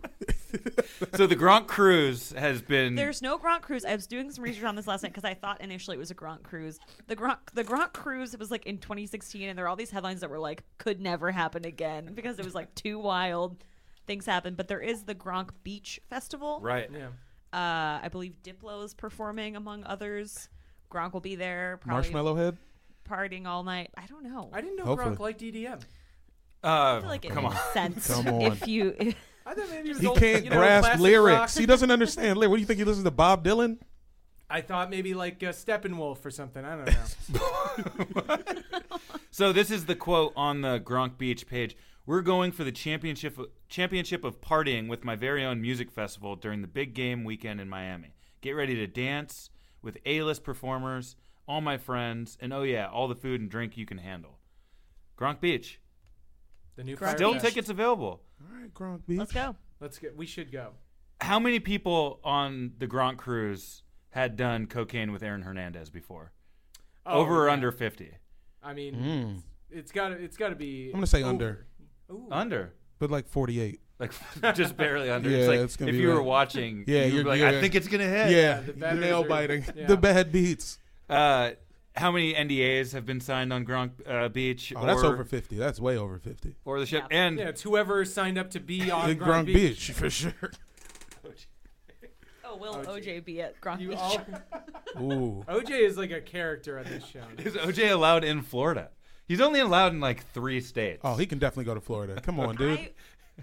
Speaker 2: So the Gronk cruise has been.
Speaker 5: There's no Gronk cruise. I was doing some research on this last night because I thought initially it was a Gronk cruise. The Gronk the Gronk cruise was like in 2016, and there were all these headlines that were like could never happen again because it was like too wild. Things happen, but there is the Gronk Beach Festival.
Speaker 2: right.
Speaker 3: Yeah.
Speaker 5: Uh, I believe Diplo is performing among others. Gronk will be there. Probably
Speaker 4: Marshmallow Head.
Speaker 5: partying all night. I don't know.
Speaker 3: I didn't know
Speaker 4: Hopefully.
Speaker 3: Gronk liked EDM.
Speaker 2: Uh,
Speaker 5: I feel like it
Speaker 2: come on.
Speaker 5: makes sense
Speaker 4: Come on.
Speaker 5: if you.
Speaker 3: I thought maybe was
Speaker 4: He
Speaker 3: old-
Speaker 4: can't
Speaker 3: you know,
Speaker 4: grasp
Speaker 3: classic
Speaker 4: lyrics.
Speaker 3: rock.
Speaker 4: He doesn't understand lyrics. What do you think he listens to? Bob Dylan?
Speaker 3: I thought maybe like uh, Steppenwolf or something. I don't know.
Speaker 2: So this is the quote on the Gronk Beach page. We're going for the championship championship of partying with my very own music festival during the big game weekend in Miami. Get ready to dance with A-list performers, all my friends, and oh yeah, all the food and drink you can handle. Gronk Beach.
Speaker 3: The new
Speaker 5: Gronk
Speaker 2: Still
Speaker 3: Firefest.
Speaker 2: tickets available.
Speaker 4: All right, Gronk Beach.
Speaker 5: Let's go.
Speaker 3: Let's get. We should go.
Speaker 2: How many people on the Gronk cruise had done cocaine with Aaron Hernandez before?
Speaker 3: Oh,
Speaker 2: Over or
Speaker 3: yeah.
Speaker 2: under 50?
Speaker 3: I mean, it's- it's got to. It's got to be.
Speaker 4: Mm. I'm gonna say
Speaker 3: over.
Speaker 4: under,
Speaker 3: Ooh.
Speaker 2: Under.
Speaker 4: but like 48.
Speaker 2: Like just barely under.
Speaker 4: Yeah,
Speaker 2: it's like
Speaker 4: it's gonna
Speaker 2: if
Speaker 4: be
Speaker 2: you were
Speaker 4: right.
Speaker 2: watching,
Speaker 4: Yeah,
Speaker 2: you'd be
Speaker 4: you're-
Speaker 2: like, I
Speaker 4: you're-
Speaker 2: think it's gonna hit.
Speaker 4: Yeah,
Speaker 3: the
Speaker 4: the
Speaker 3: batteries
Speaker 4: nail
Speaker 3: are-
Speaker 4: biting,
Speaker 3: yeah.
Speaker 4: the bad beats.
Speaker 2: Uh, how many NDAs have been signed on Gronk uh, Beach?
Speaker 4: Oh,
Speaker 2: or,
Speaker 4: that's over 50. That's way over 50.
Speaker 2: Or the ship?
Speaker 5: Yeah.
Speaker 2: And
Speaker 3: Yeah, it's whoever signed up to be on
Speaker 4: Big
Speaker 3: Gronk,
Speaker 4: Gronk
Speaker 3: Beach.
Speaker 4: Beach for sure.
Speaker 5: Oh, will OJ be at Gronk
Speaker 3: You
Speaker 5: Beach?
Speaker 3: all,
Speaker 4: Ooh,
Speaker 3: OJ is like a character on this show.
Speaker 2: is OJ allowed in Florida? He's only allowed in like three states.
Speaker 4: oh, he can definitely go to Florida. Come on, dude.
Speaker 5: I,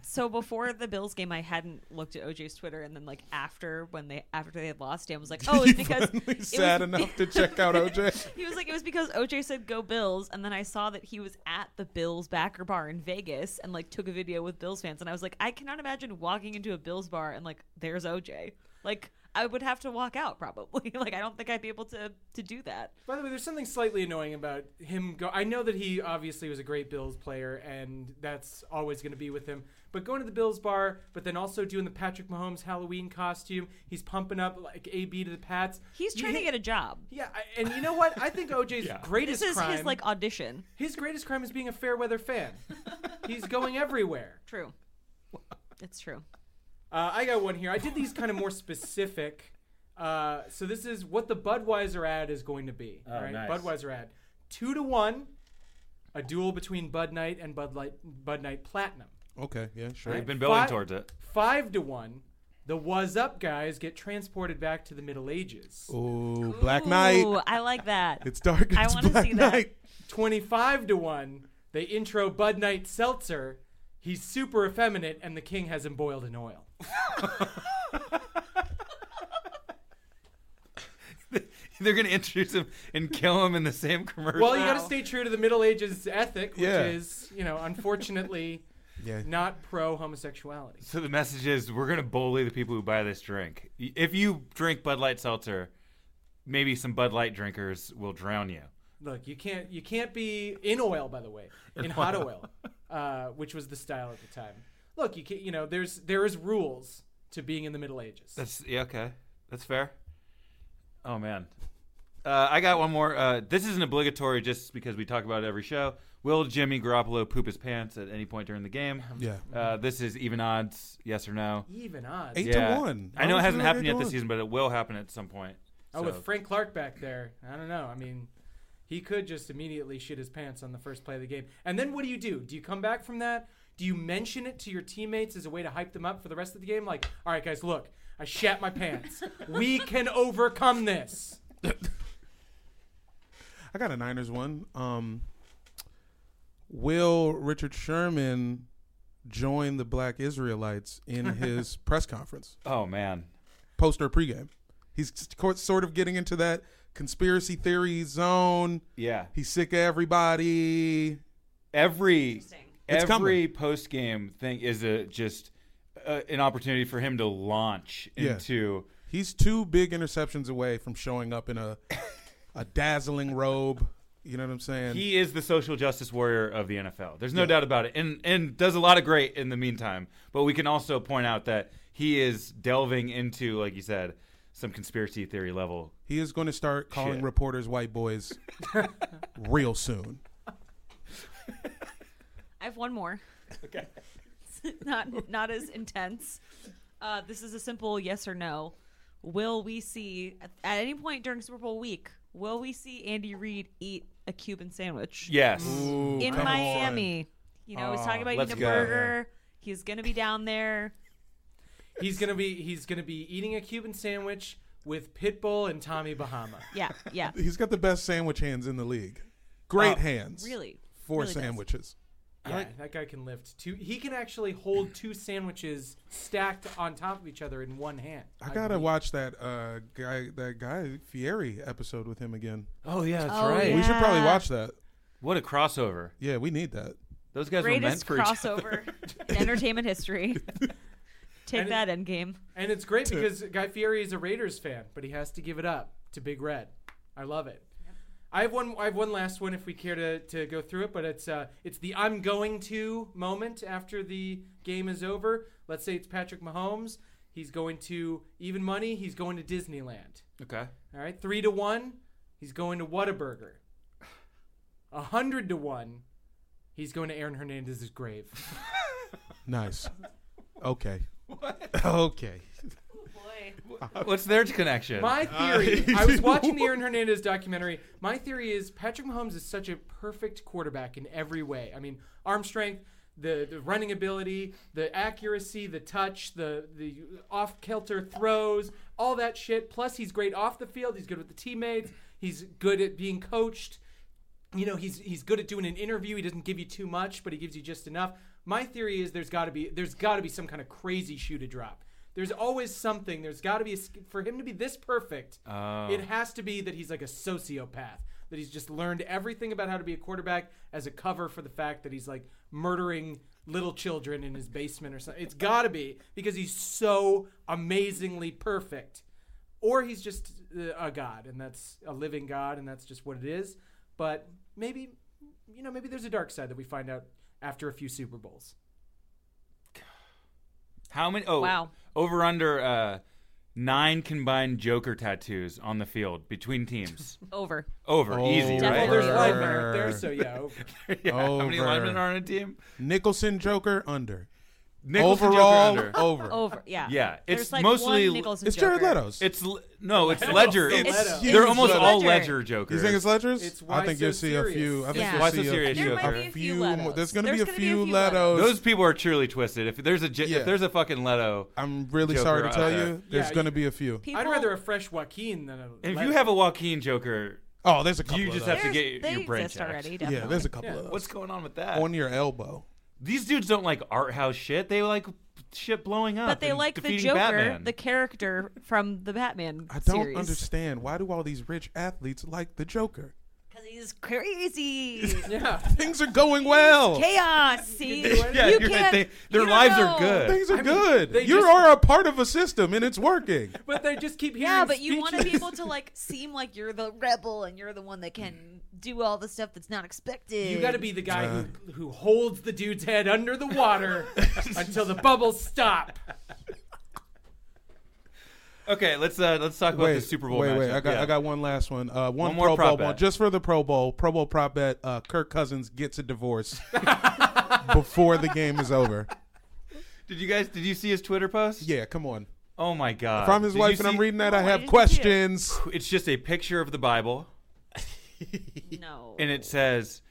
Speaker 5: so before the Bills game, I hadn't looked at OJ's Twitter, and then like after when they after they had lost, Dan was like, "Oh,
Speaker 4: You
Speaker 5: it's because
Speaker 4: finally
Speaker 5: it was-
Speaker 4: sad enough to check out OJ.
Speaker 5: He was like, "It was because OJ said go Bills," and then I saw that he was at the Bills backer bar in Vegas and like took a video with Bills fans, and I was like, I cannot imagine walking into a Bills bar and like there's OJ. Like I would have to walk out probably. like I don't think I'd be able to to do that.
Speaker 3: By the way, there's something slightly annoying about him. Go. I know that he obviously was a great Bills player, and that's always going to be with him. But going to the Bills bar, but then also doing the Patrick Mahomes Halloween costume. He's pumping up like AB to the Pats.
Speaker 5: He's
Speaker 3: You
Speaker 5: trying to
Speaker 3: hit-
Speaker 5: get a job.
Speaker 3: Yeah, I, and you know what? I think OJ's greatest
Speaker 5: This is
Speaker 3: crime.
Speaker 5: his like audition.
Speaker 3: his greatest crime is being a fair weather fan. He's going everywhere.
Speaker 5: True. It's true.
Speaker 3: Uh, I got one here. I did these kind of more specific. Uh, so this is what the Budweiser ad is going to be.
Speaker 2: Oh, nice.
Speaker 3: Budweiser ad, two to one, a duel between Bud Knight and Bud Light, Bud Knight Platinum.
Speaker 4: Okay, yeah, sure.
Speaker 2: They've been building
Speaker 3: Fi-
Speaker 2: towards it.
Speaker 3: Five to one, the Was Up guys get transported back to the Middle Ages.
Speaker 4: Ooh, Black Knight.
Speaker 5: Ooh, I like that.
Speaker 4: It's dark.
Speaker 5: I
Speaker 4: It's
Speaker 5: wanna
Speaker 4: Black
Speaker 5: see that.
Speaker 4: Knight.
Speaker 3: Twenty-five to one, they intro Bud Knight Seltzer. He's super effeminate, and the king has him boiled in oil.
Speaker 2: They're gonna introduce him and kill him in the same commercial.
Speaker 3: Well, you got to stay true to the Middle Ages ethic, which
Speaker 4: Yeah.
Speaker 3: is, you know, unfortunately.
Speaker 4: Yeah.
Speaker 3: not pro homosexuality.
Speaker 2: so the message is we're gonna bully the people who buy this drink. Y- If you drink Bud Light seltzer, maybe some Bud Light drinkers will drown you.
Speaker 3: Look, you can't you can't be in oil, by the way, in hot oil, uh, which was the style at the time. Look, you can not you know there's there is rules to being in the Middle Ages.
Speaker 2: That's yeah, okay. That's fair. Oh man, uh, I got one more. Uh, this isn't obligatory, just because we talk about it every show. Will Jimmy Garoppolo poop his pants at any point during the game?
Speaker 4: Yeah.
Speaker 2: Uh, this is even odds, yes or no.
Speaker 3: Even odds.
Speaker 4: Eight
Speaker 2: yeah.
Speaker 4: to one.
Speaker 2: I know it
Speaker 4: Honestly,
Speaker 2: hasn't
Speaker 4: eight
Speaker 2: happened
Speaker 4: to
Speaker 2: yet this
Speaker 4: one.
Speaker 2: season, but it will happen at some point.
Speaker 3: oh,
Speaker 2: So-
Speaker 3: with Frank Clark back there, I don't know. I mean, he could just immediately shit his pants on the first play of the game. And then what do you do? Do you come back from that? Do you mention it to your teammates as a way to hype them up for the rest of the game? Like, all right, guys, look, I shat my pants. we can overcome this.
Speaker 4: I got a Niners one. Um, will Richard Sherman join the Black Israelites in his press conference,
Speaker 2: oh man,
Speaker 4: post or pregame? He's co- sort of getting into that conspiracy theory zone.
Speaker 2: yeah.
Speaker 4: He's sick of everybody.
Speaker 2: Every
Speaker 4: It's
Speaker 2: every post game thing is a just uh, an opportunity for him to launch
Speaker 4: Yeah.
Speaker 2: into.
Speaker 4: He's two big interceptions away from showing up in a a dazzling robe. You know what I'm saying?
Speaker 2: He is the social justice warrior of the NFL. There's no doubt about it, and and does a lot of great in the meantime. But we can also point out that he is delving into, like you said, some conspiracy theory level.
Speaker 4: He is going to start calling
Speaker 2: Shit.
Speaker 4: reporters white boys real soon.
Speaker 5: I have one more. Okay. not not as intense. Uh, this is a simple yes or no. Will we see at at any point during Super Bowl week? Will we see Andy Reid eat a Cuban sandwich
Speaker 2: Yes.
Speaker 5: in
Speaker 4: come
Speaker 5: Miami? You know, he's talking about
Speaker 2: let's
Speaker 5: eating a
Speaker 2: go.
Speaker 5: burger. He's gonna be down there.
Speaker 3: He's gonna be he's gonna be eating a Cuban sandwich with Pitbull and Tommy Bahama.
Speaker 5: Yeah, yeah.
Speaker 4: He's got the best sandwich hands in the league. Great
Speaker 3: Oh,
Speaker 4: hands.
Speaker 5: Really.
Speaker 4: For
Speaker 5: really does.
Speaker 4: sandwiches.
Speaker 3: Yeah, that guy can lift two. He can actually hold two sandwiches stacked on top of each other in one hand.
Speaker 4: I gotta watch that uh, guy, that guy Fieri episode with him again.
Speaker 2: Oh yeah, that's
Speaker 5: Oh,
Speaker 2: right.
Speaker 5: yeah.
Speaker 4: We should probably watch that.
Speaker 2: What a crossover.
Speaker 4: Yeah, we need that.
Speaker 2: Those guys were meant
Speaker 5: Greatest
Speaker 2: for each other.
Speaker 5: crossover in entertainment history. Take
Speaker 3: And it-
Speaker 5: that, Endgame.
Speaker 3: And it's great because Guy Fieri is a Raiders fan, but he has to give it up to Big Red. I love it. I have one. I have one last one if we care to, to go through it, but it's uh, it's the I'm going to moment after the game is over. Let's say it's Patrick Mahomes. He's going to even money. He's going to Disneyland.
Speaker 2: Okay.
Speaker 3: All right, three to one. He's going to Whataburger. A hundred to one. He's going to Aaron Hernandez's grave.
Speaker 4: Nice. Okay. Okay.
Speaker 2: What's their connection?
Speaker 3: My theory, I was watching the Aaron Hernandez documentary. My theory is Patrick Mahomes is such a perfect quarterback in every way. I mean, arm strength, the, the running ability, the accuracy, the touch, the the off kilter throws, all that shit. Plus, he's great off the field. He's good with the teammates. He's good at being coached. you know he's he's good at doing an interview. He doesn't give you too much, but he gives you just enough. My theory is there's got to be there's got to be some kind of crazy shoe to drop. There's always something. There's got to be a, sk- for him to be this perfect. It has to be that he's like a sociopath. That he's just learned everything about how to be a quarterback as a cover for the fact that he's like murdering little children in his basement or something. It's got to be because he's so amazingly perfect or he's just uh, a god and that's a living god and that's just what it is but maybe you know maybe there's a dark side that we find out after a few super bowls
Speaker 2: How many? Oh,
Speaker 5: Wow.
Speaker 2: Over under uh, nine combined Joker tattoos on the field between teams.
Speaker 5: Over.
Speaker 2: Over. Easy, right?
Speaker 5: Well,
Speaker 3: well there's
Speaker 4: Over.
Speaker 3: linemen out there so yeah over.
Speaker 2: yeah. How many
Speaker 4: Over.
Speaker 2: linemen are on a team?
Speaker 4: Nicholson Joker under.
Speaker 2: Nicholson, Joker,
Speaker 4: Overall oh.
Speaker 2: under.
Speaker 4: over.
Speaker 5: Over. Yeah.
Speaker 2: Yeah,
Speaker 5: There's
Speaker 2: it's
Speaker 5: like
Speaker 2: mostly-
Speaker 5: one Nicholson
Speaker 4: It's Jared
Speaker 5: Joker.
Speaker 4: Leto's.
Speaker 2: It's l- no, it's Ledger.
Speaker 3: It's
Speaker 2: It's-
Speaker 3: huge
Speaker 2: they're almost
Speaker 4: Ledger.
Speaker 2: all Ledger Jokers.
Speaker 4: you think it's Ledger's?
Speaker 3: It's
Speaker 4: I
Speaker 3: why
Speaker 4: think
Speaker 3: so
Speaker 4: you'll see a few. I
Speaker 3: serious.
Speaker 4: think
Speaker 5: Yeah.
Speaker 4: you'll
Speaker 2: Why
Speaker 4: see
Speaker 2: so serious,
Speaker 5: There
Speaker 2: Joker.
Speaker 5: might be a few
Speaker 4: more.
Speaker 5: Letos.
Speaker 4: There's going to be
Speaker 5: There's
Speaker 4: a
Speaker 5: gonna be
Speaker 4: few
Speaker 5: a few Letos.
Speaker 4: Letos.
Speaker 2: Those people are truly twisted. If there's a J-
Speaker 4: Yeah.
Speaker 2: if there's a fucking Leto,
Speaker 4: I'm really
Speaker 2: Joker
Speaker 4: sorry to
Speaker 2: out
Speaker 4: tell
Speaker 2: there.
Speaker 4: you, there's
Speaker 3: Yeah,
Speaker 4: going to
Speaker 3: you-
Speaker 4: be a few.
Speaker 5: People,
Speaker 3: i'd rather a fresh joaquin than a
Speaker 2: and if
Speaker 3: Leto.
Speaker 2: you have a Joaquin Joker,
Speaker 4: Oh, there's a couple.
Speaker 2: You
Speaker 4: of
Speaker 2: just
Speaker 4: those.
Speaker 2: have to get
Speaker 5: there's- they
Speaker 2: your brain
Speaker 5: exist
Speaker 2: checked.
Speaker 5: already.
Speaker 4: Yeah,
Speaker 5: Definitely.
Speaker 4: there's a couple of those.
Speaker 2: what's going on with that?
Speaker 4: on your elbow?
Speaker 2: These dudes don't like art house shit. They like shit blowing up.
Speaker 5: but they
Speaker 2: and
Speaker 5: like the
Speaker 2: defeating
Speaker 5: Joker,
Speaker 2: Batman.
Speaker 5: the character from the Batman
Speaker 4: I don't
Speaker 5: series.
Speaker 4: understand. Why do all these rich athletes like the Joker?
Speaker 5: Because he's crazy.
Speaker 3: yeah
Speaker 4: Things are going well.
Speaker 5: Chaos. See,
Speaker 2: yeah,
Speaker 5: you
Speaker 2: you're right.
Speaker 5: can't.
Speaker 2: They- their
Speaker 5: you don't
Speaker 2: lives
Speaker 5: know.
Speaker 2: are good.
Speaker 4: Things are good.
Speaker 3: they
Speaker 4: You
Speaker 3: just-
Speaker 4: are a part of a system and it's working.
Speaker 3: but they just keep hearing
Speaker 5: Yeah, but you want to be
Speaker 3: speeches.
Speaker 5: able to like seem like you're the rebel and you're the one that can do all the stuff that's not expected.
Speaker 3: you got to be the guy
Speaker 2: Uh.
Speaker 3: who, who holds the dude's head under the water until the bubbles stop.
Speaker 2: Okay, let's uh, let's talk about the Super Bowl.
Speaker 4: Wait,
Speaker 2: matchup.
Speaker 4: wait. I got,
Speaker 2: Yeah.
Speaker 4: I got one last one. Uh, one,
Speaker 2: One more
Speaker 4: Pro
Speaker 2: prop
Speaker 4: Bowl
Speaker 2: bet.
Speaker 4: one just for the Pro Bowl. Pro Bowl prop bet. Uh, Kirk Cousins gets a divorce before the game is over.
Speaker 2: Did you guys? Did you see his Twitter post?
Speaker 4: Yeah, come on.
Speaker 2: Oh my god.
Speaker 4: From his
Speaker 2: Did
Speaker 4: wife,
Speaker 2: you
Speaker 4: and I'm
Speaker 2: see-
Speaker 4: reading that. I
Speaker 5: Oh, I
Speaker 4: have
Speaker 5: didn't see it.
Speaker 4: questions.
Speaker 2: It's just a picture of the Bible,
Speaker 5: no.
Speaker 2: and it says,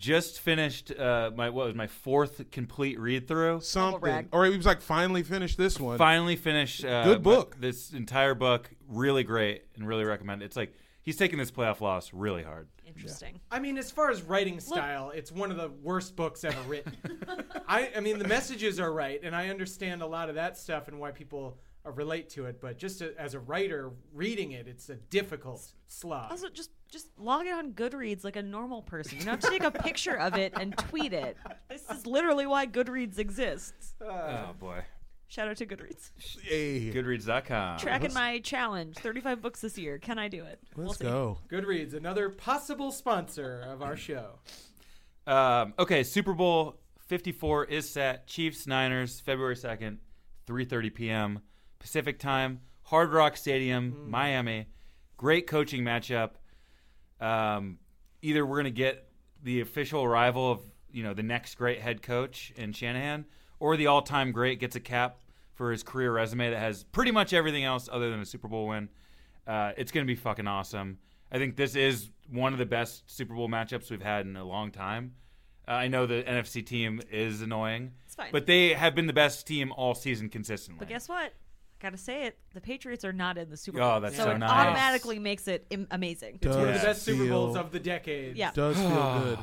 Speaker 2: "Just finished uh, my what was my fourth complete read through.
Speaker 4: Something.
Speaker 5: brag.
Speaker 4: Or he was like, finally finished this one.
Speaker 2: Finally finished. Uh,
Speaker 4: Good
Speaker 2: my-
Speaker 4: book.
Speaker 2: this entire book, really great, and really recommend. It. It's like he's taking this playoff loss really hard.
Speaker 5: Interesting.
Speaker 3: I mean, as far as writing style, it's one of the worst books ever written. I, I mean, the messages are right, and I understand a lot of that stuff and why people uh, relate to it. But just a, as a writer, reading it, it's a difficult slog.
Speaker 5: Also, just just log it on Goodreads like a normal person. You don't have to take a picture of it and tweet it. This is literally why Goodreads exists.
Speaker 2: oh boy.
Speaker 5: Shout out to Goodreads.
Speaker 4: Hey,
Speaker 2: Goodreads.com.
Speaker 5: Tracking my challenge, 35 books this year. Can I do it?
Speaker 4: let's go.
Speaker 3: Goodreads, another possible sponsor of our show.
Speaker 2: Um, okay, Super Bowl 54 is set. Chiefs Niners February 2nd, 3:30 p.m. Pacific Time, Hard Rock Stadium, Miami. Great coaching matchup. Um, either we're going to get the official arrival of, you know, the next great head coach in Shanahan or the all-time great gets a cap for his career resume that has pretty much everything else other than a Super Bowl win. Uh, it's going to be fucking awesome. I think this is one of the best Super Bowl matchups we've had in a long time. Uh, I know the NFC team is annoying,
Speaker 5: It's fine.
Speaker 2: but they have been the best team all season consistently.
Speaker 5: But guess what? I gotta say it. The Patriots are not in the Super
Speaker 2: Oh,
Speaker 5: Bowl.
Speaker 2: that's
Speaker 5: so,
Speaker 2: so
Speaker 5: it
Speaker 2: nice.
Speaker 5: automatically makes it Im- amazing.
Speaker 4: Does
Speaker 3: One of the best Super
Speaker 4: feel-
Speaker 3: Bowls of the decade.
Speaker 5: Yeah.
Speaker 4: Does feel good.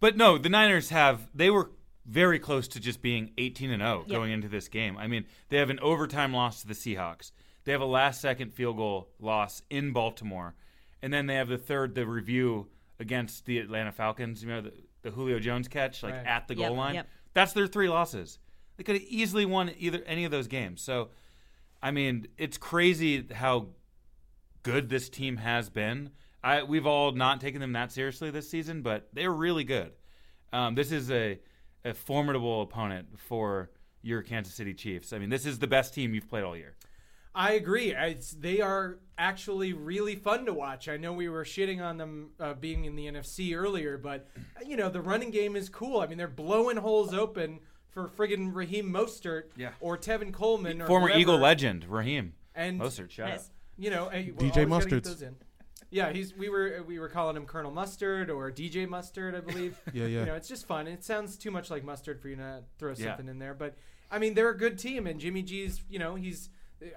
Speaker 2: But no, the Niners have they were very close to just being 18 and 0
Speaker 5: Yeah.
Speaker 2: going into this game. I mean, they have an overtime loss to the Seahawks. They have a last second field goal loss in Baltimore. And then they have the third the review against the Atlanta Falcons, you know, the, the Julio Jones catch like
Speaker 3: Right.
Speaker 2: at the
Speaker 5: Yep,
Speaker 2: goal line.
Speaker 5: yep.
Speaker 2: That's their three losses. They could have easily won either any of those games. So I mean, it's crazy how good this team has been. I we've all not taken them that seriously this season, but they're really good. Um, this is a, a formidable opponent for your Kansas City Chiefs. I mean, this is the best team you've played all year.
Speaker 3: I agree. I- It's, they are actually really fun to watch. I know we were shitting on them uh, being in the NFC earlier, but uh, you know the running game is cool. I mean, they're blowing holes open for friggin' Raheem Mostert
Speaker 2: Yeah.
Speaker 3: or Tevin Coleman or
Speaker 2: Former
Speaker 3: whoever.
Speaker 2: Eagle legend Raheem
Speaker 3: and
Speaker 2: Mostert, shout
Speaker 5: Nice.
Speaker 2: out.
Speaker 3: you know hey, we're
Speaker 4: DJ
Speaker 3: always gotta get
Speaker 4: Mustards.
Speaker 3: those in. Yeah, he's we were we were calling him Colonel Mustard or DJ Mustard, I believe.
Speaker 4: Yeah, yeah.
Speaker 3: You know, it's just fun. It sounds too much like mustard for you to throw
Speaker 2: Yeah.
Speaker 3: something in there, but I mean, they're a good team, and Jimmy G's, you know, he's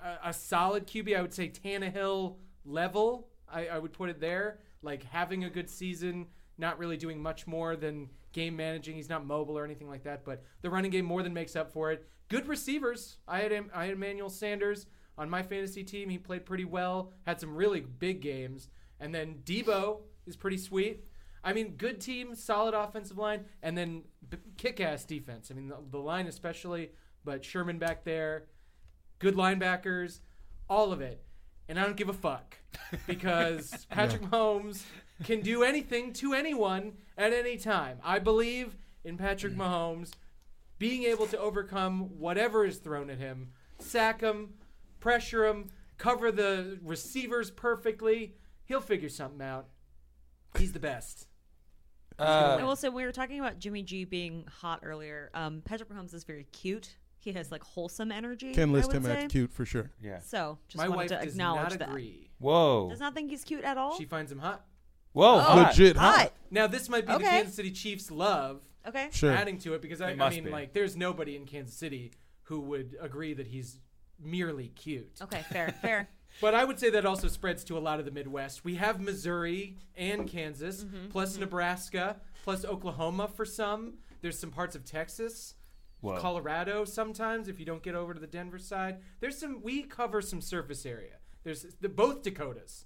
Speaker 3: a, a solid QB. I would say Tannehill level. I, I would put it there, like having a good season, not really doing much more than game managing. He's not mobile or anything like that, but the running game more than makes up for it. Good receivers. I had Em- I had Emmanuel Sanders on my fantasy team. He played pretty well. Had some really big games, and then Debo is pretty sweet. I mean, good team, solid offensive line, and then b- kick-ass defense. I mean, the, the line especially, but Sherman back there, good linebackers, all of it. And I don't give a fuck because Patrick Mahomes can do anything to anyone at any time. I believe in Patrick Mahomes being able to overcome whatever is thrown at him, sack him, pressure him, cover the receivers perfectly. He'll figure something out. He's the best.
Speaker 5: I will say we were talking about Jimmy G being hot earlier. Um, Patrick Mahomes is very cute. He has like wholesome energy.
Speaker 4: Can
Speaker 5: I
Speaker 4: list
Speaker 5: would
Speaker 4: him
Speaker 5: say.
Speaker 4: as cute for sure.
Speaker 2: yeah.
Speaker 5: So just
Speaker 3: My
Speaker 5: wanted
Speaker 3: wife
Speaker 5: to
Speaker 3: does
Speaker 5: acknowledge
Speaker 3: not
Speaker 5: that.
Speaker 3: agree.
Speaker 2: Whoa.
Speaker 5: Does not think he's cute at all.
Speaker 3: She finds him hot.
Speaker 2: Whoa.
Speaker 5: Oh.
Speaker 2: hot.
Speaker 4: Legit hot.
Speaker 3: Now this might be the
Speaker 5: Okay.
Speaker 3: Kansas City Chiefs' love
Speaker 5: Okay.
Speaker 4: Sure.
Speaker 3: adding to it because I,
Speaker 2: It
Speaker 3: I
Speaker 2: must
Speaker 3: mean,
Speaker 2: be.
Speaker 3: like, there's nobody in Kansas City who would agree that he's merely cute.
Speaker 5: Okay. Fair. Fair.
Speaker 3: But I would say that also spreads to a lot of the Midwest. We have Missouri and Kansas,
Speaker 5: Mm-hmm.
Speaker 3: plus Nebraska, plus Oklahoma for some. There's some parts of Texas,
Speaker 2: Whoa.
Speaker 3: Colorado sometimes if you don't get over to the Denver side. There's some we cover some surface area. There's the, both Dakotas.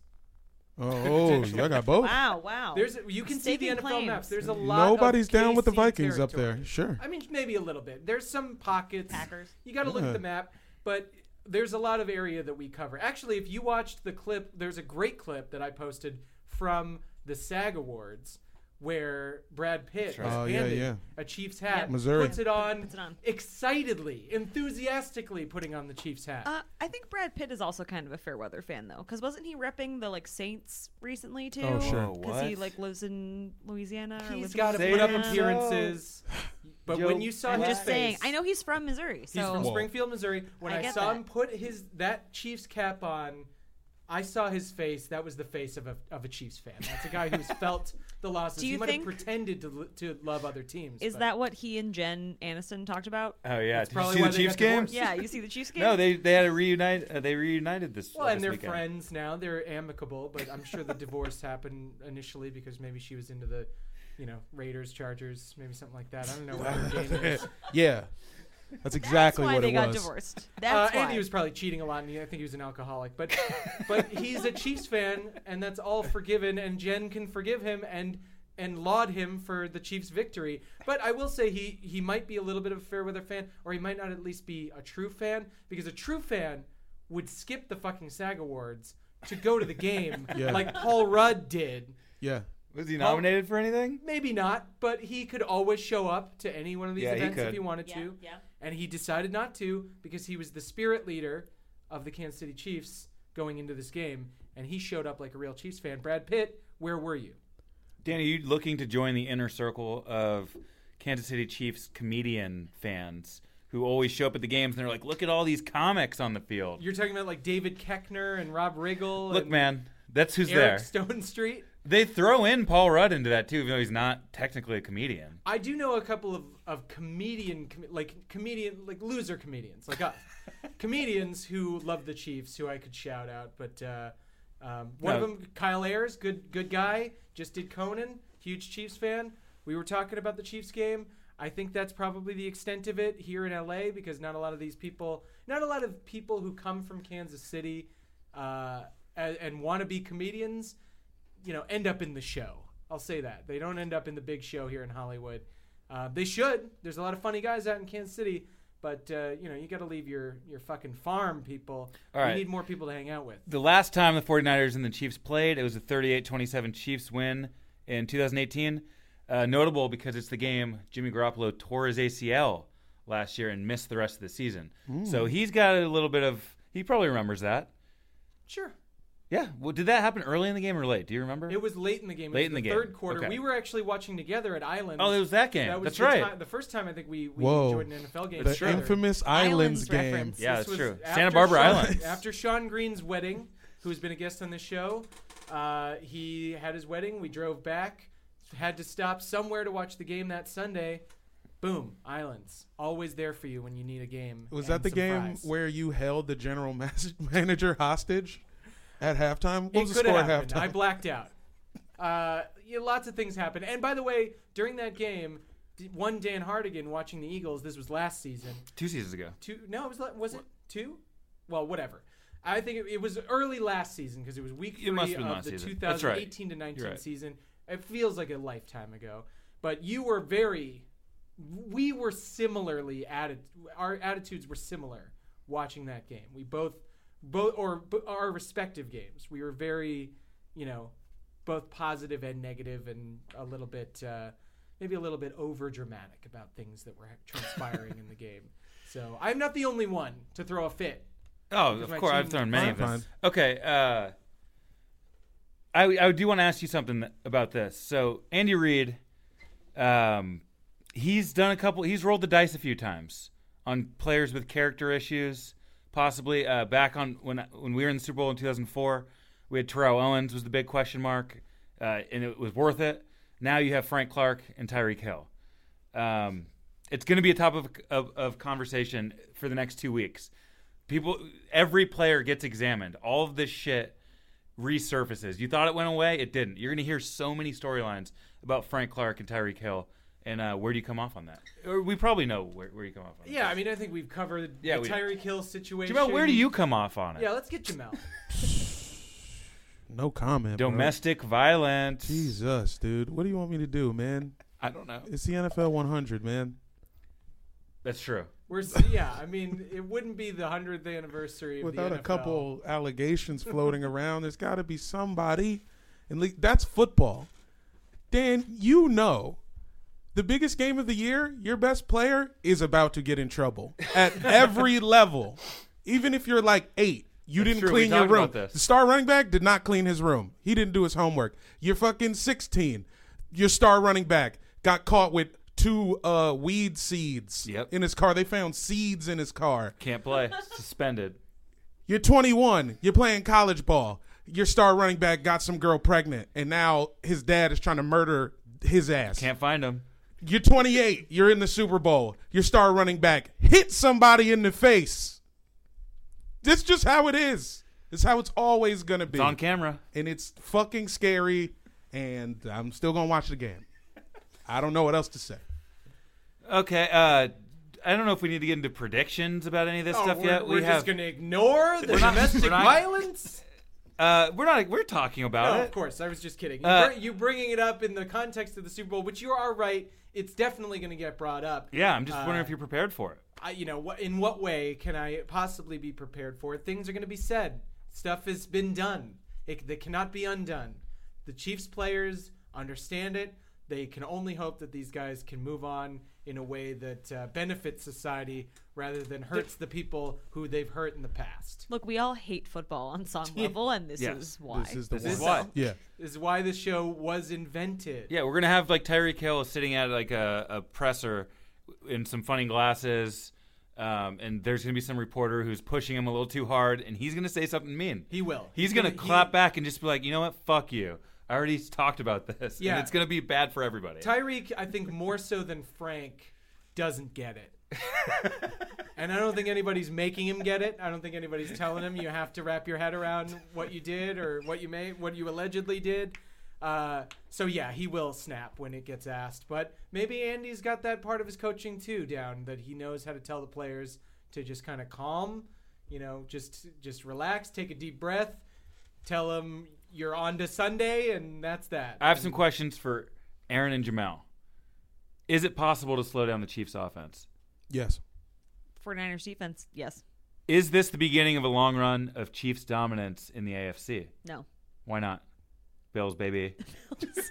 Speaker 4: Oh, oh y'all got both.
Speaker 5: Wow. Wow.
Speaker 3: There's you can see the
Speaker 5: Staking
Speaker 3: NFL maps.
Speaker 5: claims.
Speaker 3: There's a lot. of
Speaker 4: Nobody's down with the
Speaker 3: KC
Speaker 4: Vikings up there.
Speaker 3: territory.
Speaker 4: Sure.
Speaker 3: I mean, maybe a little bit. There's some pockets.
Speaker 5: Packers.
Speaker 3: You got to look at
Speaker 4: Yeah.
Speaker 3: the map, but there's a lot of area that we cover. Actually, if you watched the clip, there's a great clip that I posted from the SAG Awards where Brad Pitt
Speaker 4: right. Oh,
Speaker 3: was
Speaker 4: yeah,
Speaker 3: handed
Speaker 4: yeah.
Speaker 3: a Chiefs hat,
Speaker 5: Yep.
Speaker 4: Missouri.
Speaker 3: puts it on,
Speaker 5: Puts it on.
Speaker 3: excitedly, enthusiastically putting on the Chiefs hat.
Speaker 5: Uh, I think Brad Pitt is also kind of a fair weather fan though, because wasn't he repping the like Saints recently too?
Speaker 4: Oh, sure.
Speaker 2: Whoa,
Speaker 5: Because he
Speaker 2: what?
Speaker 5: like lives in Louisiana. or
Speaker 3: He's
Speaker 5: lives
Speaker 3: got to
Speaker 5: in
Speaker 2: Say
Speaker 3: put up
Speaker 2: it
Speaker 5: Louisiana.
Speaker 3: appearances. But
Speaker 2: Joe
Speaker 3: when you saw
Speaker 5: I'm
Speaker 3: his
Speaker 5: just saying.
Speaker 3: face-
Speaker 5: I know he's from Missouri, so
Speaker 3: He's from
Speaker 4: Whoa.
Speaker 3: Springfield, Missouri. When
Speaker 5: I
Speaker 3: I,
Speaker 5: get
Speaker 3: saw
Speaker 5: that.
Speaker 3: him put his that Chiefs cap on, I saw his face. That was the face of a of a Chiefs fan. That's a guy who's felt the losses.
Speaker 5: Do you
Speaker 3: he might
Speaker 5: think-
Speaker 3: have pretended to lo- to love other teams.
Speaker 5: is
Speaker 3: but-
Speaker 5: that what he and Jen Aniston talked about?
Speaker 2: Oh yeah.
Speaker 3: That's
Speaker 2: Did you
Speaker 3: probably
Speaker 2: see
Speaker 3: why
Speaker 2: the
Speaker 3: they
Speaker 2: Chiefs
Speaker 3: got
Speaker 2: game?
Speaker 3: divorced.
Speaker 5: Yeah, you see the Chiefs game.
Speaker 2: No, they they had a reunite. Uh, they reunited this.
Speaker 3: Well,
Speaker 2: uh,
Speaker 3: and
Speaker 2: this
Speaker 3: they're
Speaker 2: weekend.
Speaker 3: friends now. They're amicable, but I'm sure the divorce happened initially because maybe she was into the, you know, Raiders, Chargers, maybe something like that. I don't know what her game is.
Speaker 4: yeah. That's
Speaker 5: That's
Speaker 4: exactly
Speaker 5: why
Speaker 4: what
Speaker 5: they
Speaker 4: it
Speaker 5: got
Speaker 4: was.
Speaker 5: divorced. That's
Speaker 3: uh,
Speaker 5: why.
Speaker 3: And he was probably cheating a lot, and he, I think he was an alcoholic. But but he's a Chiefs fan, and that's all forgiven. And Jen can forgive him and and laud him for the Chiefs' victory. But I will say he he might be a little bit of a fair weather fan, or he might not at least be a true fan, because a true fan would skip the fucking SAG awards to go to the game,
Speaker 4: Yeah.
Speaker 3: like Paul Rudd did.
Speaker 4: Yeah.
Speaker 2: Was he nominated for anything?
Speaker 3: Maybe not, but he could always show up to any one of these
Speaker 2: Yeah, he
Speaker 3: events if
Speaker 2: could.
Speaker 3: he wanted
Speaker 5: Yeah,
Speaker 3: to.
Speaker 5: yeah.
Speaker 3: And he decided not to because he was the spirit leader of the Kansas City Chiefs going into this game, and he showed up like a real Chiefs fan. Brad Pitt, where were you?
Speaker 2: Danny, you looking to join the inner circle of Kansas City Chiefs comedian fans who always show up at the games and they're like, look at all these comics on the field.
Speaker 3: You're talking about like David Keckner and Rob Riggle.
Speaker 2: Look,
Speaker 3: and
Speaker 2: man, that's who's
Speaker 3: Eric
Speaker 2: there.
Speaker 3: Stone Street.
Speaker 2: They throw in Paul Rudd into that too, even though he's not technically a comedian.
Speaker 3: I do know a couple of, of comedian, com- like comedian, like loser comedians, like us, comedians who love the Chiefs, who I could shout out. But uh, um, one of
Speaker 2: No.
Speaker 3: them, Kyle Ayers, good good guy, just did Conan, huge Chiefs fan. We were talking about the Chiefs game. I think that's probably the extent of it here in LA because not a lot of these people, not a lot of people who come from Kansas City uh, and, and want to be comedians you know, end up in the show. I'll say that they don't end up in the big show here in Hollywood. Uh, they should. There's a lot of funny guys out in Kansas City, but uh, you know, you got to leave your your fucking farm, people.
Speaker 2: All right.
Speaker 3: We need more people to hang out with.
Speaker 2: The last time the 49ers and the Chiefs played, it was a 38-27 Chiefs win in 2018. Uh, notable because it's the game Jimmy Garoppolo tore his ACL last year and missed the rest of the season. So he's got a little bit of he probably remembers that.
Speaker 3: Sure.
Speaker 2: Yeah. Well, did that happen early in the game or late? Do you remember?
Speaker 3: It was late in the game. It
Speaker 2: Late
Speaker 3: was
Speaker 2: in
Speaker 3: the,
Speaker 2: the game.
Speaker 3: third quarter.
Speaker 2: Okay.
Speaker 3: We were actually watching together at Islands.
Speaker 2: Oh, it was that game.
Speaker 3: That was
Speaker 2: That's
Speaker 3: the
Speaker 2: right.
Speaker 3: ti- the first time I think we, we
Speaker 4: Whoa.
Speaker 3: enjoyed an NFL game
Speaker 4: The
Speaker 3: together.
Speaker 4: infamous Islands,
Speaker 5: Islands
Speaker 4: game.
Speaker 5: reference.
Speaker 2: yeah,
Speaker 3: This
Speaker 2: that's
Speaker 3: was
Speaker 2: true.
Speaker 3: after
Speaker 2: Santa Barbara
Speaker 3: Sean-
Speaker 2: Island.
Speaker 3: After Sean Green's wedding, who's been a guest on the show, uh, he had his wedding. We drove back, had to stop somewhere to watch the game that Sunday. Boom, Islands. Always there for you when you need a game.
Speaker 4: Was
Speaker 3: and
Speaker 4: that the
Speaker 3: some
Speaker 4: game
Speaker 3: fries.
Speaker 4: where you held the general mas- manager hostage at halftime? What
Speaker 3: It
Speaker 4: was the
Speaker 3: could
Speaker 4: score
Speaker 3: have
Speaker 4: at
Speaker 3: happened.
Speaker 4: halftime?
Speaker 3: I blacked out. Uh, yeah, lots of things happened. And by the way, during that game, d- one Dan Hardigan watching the Eagles. This was last season.
Speaker 2: Two seasons ago.
Speaker 3: two no it was la- was it two well whatever i think it, it was early last season because it was week
Speaker 2: It
Speaker 3: three
Speaker 2: must have been
Speaker 3: of
Speaker 2: last
Speaker 3: the
Speaker 2: season. That's right.
Speaker 3: 2018 to 19
Speaker 2: right.
Speaker 3: season it feels like a lifetime ago but you were very we were similarly atti- our attitudes were similar watching that game we both both or b- our respective games we were very you know both positive and negative and a little bit uh, maybe a little bit over dramatic about things that were transpiring in the game so i'm not the only one to throw a fit
Speaker 2: Oh, of
Speaker 3: Because my
Speaker 2: course. I've
Speaker 3: team-
Speaker 2: thrown many
Speaker 4: Fine,
Speaker 2: of them.
Speaker 4: fine.
Speaker 2: Okay. Uh, I, I do want to ask you something th- about this. So, Andy Reid, um, he's done a couple, he's rolled the dice a few times on players with character issues, possibly. Uh, back on when, when we were in the Super Bowl in 2004, we had Terrell Owens was the big question mark, uh, and it was worth it. Now you have Frank Clark and Tyreek Hill. Um, it's going to be a topic of, of, of conversation for the next two weeks people every player gets examined all of this shit resurfaces you thought it went away it didn't you're gonna hear so many storylines about frank clark and tyreek hill and uh, where do you come off on that or we probably know where, where you come off on it.
Speaker 3: yeah i mean i think we've covered
Speaker 2: Yeah,
Speaker 3: the
Speaker 2: we-
Speaker 3: tyreek hill situation
Speaker 2: jamel where do you come off on it
Speaker 3: yeah let's get jamel
Speaker 4: no comment. bro.
Speaker 2: domestic violence
Speaker 4: Jesus, dude. What do you want me to do, man?
Speaker 2: i don't know
Speaker 4: It's the NFL 100, man.
Speaker 2: that's true
Speaker 3: We're s- yeah. I mean, it wouldn't be the hundredth anniversary of
Speaker 4: Without
Speaker 3: the
Speaker 4: a
Speaker 3: NFL.
Speaker 4: couple allegations floating around, there's got to be somebody. And le- that's football. Dan, you know, the biggest game of the year, your best player is about to get in trouble at every level. Even if you're like eight, you
Speaker 2: That's
Speaker 4: didn't
Speaker 2: true. We
Speaker 4: clean your
Speaker 2: talked
Speaker 4: room.
Speaker 2: about this.
Speaker 4: The star running back did not clean his room. He didn't do his homework. You're fucking 16. Your star running back got caught with two uh, weed seeds
Speaker 2: Yep.
Speaker 4: in his car. They found seeds in his car.
Speaker 2: can't play suspended
Speaker 4: You're 21. You're playing college ball. Your star running back got some girl pregnant, and now his dad is trying to murder his ass.
Speaker 2: can't find him
Speaker 4: You're 28. You're in the Super Bowl. Your star running back hit somebody in the face. That's just how it is. It's how it's always gonna be.
Speaker 2: it's on camera
Speaker 4: and it's fucking scary. And I'm still gonna watch the game. I don't know what else to say.
Speaker 2: okay uh I don't know if we need to get into predictions about any of this
Speaker 3: Oh,
Speaker 2: stuff
Speaker 3: we're,
Speaker 2: yet.
Speaker 3: we're
Speaker 2: we
Speaker 3: just
Speaker 2: have
Speaker 3: gonna ignore the
Speaker 2: We're not-
Speaker 3: domestic
Speaker 2: we're not-
Speaker 3: violence.
Speaker 2: uh, we're not we're talking about
Speaker 3: No,
Speaker 2: it.
Speaker 3: Oh, of course. I was just kidding. You,
Speaker 2: Uh,
Speaker 3: br- you bringing it up in the context of the Super Bowl, which you are right. It's definitely gonna get brought up.
Speaker 2: Yeah, I'm just wondering
Speaker 3: Uh,
Speaker 2: if you're prepared for it.
Speaker 3: I, you know, what in what way can I possibly be prepared for it? Things are going to be said. Stuff has been done. It that cannot be undone. The Chiefs players understand it. They can only hope that these guys can move on in a way that uh, benefits society rather than hurts the people who they've hurt in the past.
Speaker 5: Look, we all hate football on some level, and this
Speaker 2: Yes.
Speaker 5: is why.
Speaker 4: This is the
Speaker 2: This
Speaker 4: one.
Speaker 2: is why.
Speaker 4: Yeah.
Speaker 3: This is why this show was invented.
Speaker 2: Yeah, we're gonna have like Tyreek Hill sitting at like a, a presser in some funny glasses, Um, and there's going to be some reporter who's pushing him a little too hard, and he's going to say something mean.
Speaker 3: He will.
Speaker 2: He's,
Speaker 3: He's
Speaker 2: going to
Speaker 3: gonna- he-
Speaker 2: clap back and just be like, you know what? Fuck you. I already talked about this.
Speaker 3: Yeah.
Speaker 2: And it's going to be bad for everybody.
Speaker 3: Tyreek, I think more so than Frank, doesn't get it. and I don't think anybody's making him get it. I don't think anybody's telling him you have to wrap your head around what you did or what you made, what you allegedly did. Uh, so yeah, he will snap when it gets asked. But maybe Andy's got that part of his coaching too down that he knows how to tell the players to just kind of calm, you know, just just relax, take a deep breath, tell them you're on to Sunday, and that's that.
Speaker 2: I have some questions for Aaron and Jamal. Is it possible to slow down the Chiefs' offense?
Speaker 4: Yes.
Speaker 5: 49ers defense, yes.
Speaker 2: Is this the beginning of a long run of Chiefs dominance in the AFC?
Speaker 5: No.
Speaker 2: Why not? Bills, baby.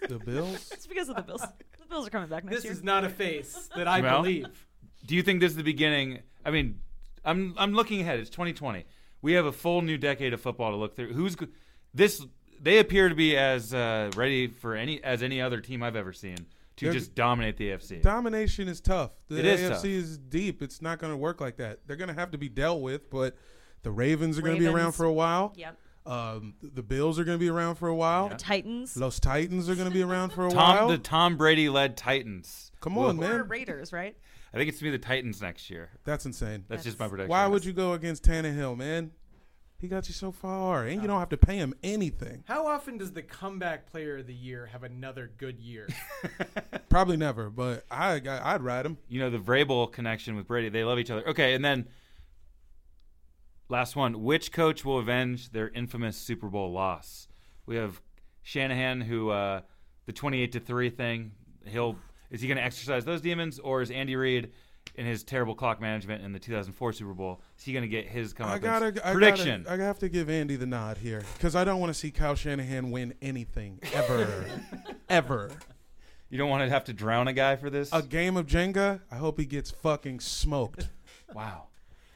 Speaker 4: The Bills.
Speaker 5: It's because of the Bills. the Bills are coming back next
Speaker 3: This
Speaker 5: year.
Speaker 3: is not a face that I
Speaker 2: Jamel?
Speaker 3: believe.
Speaker 2: Do you think this is the beginning? I mean, I'm I'm looking ahead. It's 2020. We have a full new decade of football to look through. Who's go- this? They appear to be as uh, ready for any as any other team I've ever seen to
Speaker 4: They're-
Speaker 2: just dominate the AFC.
Speaker 4: Domination is tough. The
Speaker 2: It is
Speaker 4: AFC
Speaker 2: tough.
Speaker 4: is deep. It's not going to work like that. They're going to have to be dealt with, but the Ravens are going to be around
Speaker 5: Ravens.
Speaker 4: for a while.
Speaker 5: yep.
Speaker 4: Um, the Bills are going to be around for a while.
Speaker 5: Titans
Speaker 4: Los Titans are going to be around for a while.
Speaker 2: Tom, the Tom Brady led Titans.
Speaker 4: Come on,
Speaker 2: Well,
Speaker 5: or
Speaker 4: man.
Speaker 5: Raiders, right?
Speaker 2: I think it's gonna be the Titans next year.
Speaker 4: That's insane.
Speaker 2: That's, just my prediction.
Speaker 4: Why would you go against Tannehill, man? He got you so far, and you don't have to pay him anything.
Speaker 3: How often does the comeback player of the year have another good year?
Speaker 4: Probably never, but I, I I'd ride him.
Speaker 2: you know the Vrabel connection with Brady? They love each other. Okay, and then last one: which coach will avenge their infamous Super Bowl loss? We have Shanahan, who uh, the twenty-eight to three thing. He'll is he going to exercise those demons, or is Andy Reid in his terrible clock management in the two thousand four Super Bowl? Is he going to get his come
Speaker 4: I
Speaker 2: up?
Speaker 4: gotta I
Speaker 2: prediction.
Speaker 4: Gotta, I have to give Andy the nod here because I don't want to see Kyle Shanahan win anything ever, ever.
Speaker 2: you don't want to have to drown a guy for this.
Speaker 4: A game of Jenga. I hope he gets fucking smoked.
Speaker 2: wow.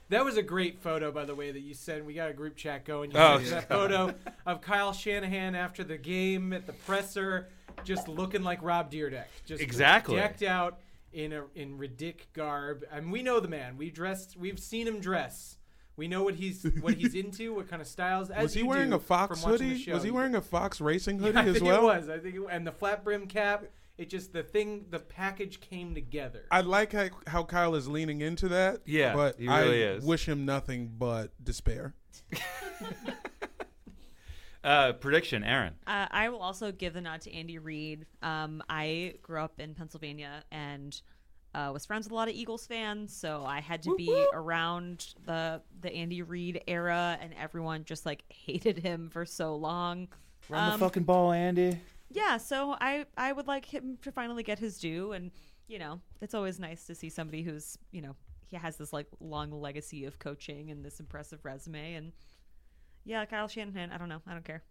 Speaker 3: that was a great photo, by the way, that you sent. We got a group chat going. You
Speaker 2: Oh,
Speaker 3: sent that photo of Kyle Shanahan after the game at the presser, just looking like Rob Deerdeck, just
Speaker 2: Exactly.
Speaker 3: decked out in a in ridic garb. And we know the man. We dressed. We've seen him dress. We know what he's what he's into, what kind of styles. As
Speaker 4: Was he
Speaker 3: you
Speaker 4: wearing
Speaker 3: do
Speaker 4: a fox
Speaker 3: from watching the
Speaker 4: hoodie?
Speaker 3: show.
Speaker 4: Was he wearing a fox racing hoodie
Speaker 3: I
Speaker 4: as
Speaker 3: think
Speaker 4: well?
Speaker 3: it was. I think, it, and the flat brim cap. It just the thing, the package came together.
Speaker 4: I like how, how Kyle is leaning into that.
Speaker 2: Yeah,
Speaker 4: but
Speaker 2: he really
Speaker 4: I
Speaker 2: is.
Speaker 4: wish him nothing but despair.
Speaker 2: Uh, prediction, Aaron.
Speaker 5: Uh, I will also give the nod to Andy Reid. Um, I grew up in Pennsylvania and uh, was friends with a lot of Eagles fans, so I had to be around the the Andy Reid era, and everyone just like hated him for so long.
Speaker 2: Run the fucking ball, Andy.
Speaker 5: Yeah, so I I would like him to finally get his due, and you know it's always nice to see somebody who's you know he has this like long legacy of coaching and this impressive resume, and yeah, Kyle Shanahan. I don't know, I don't care.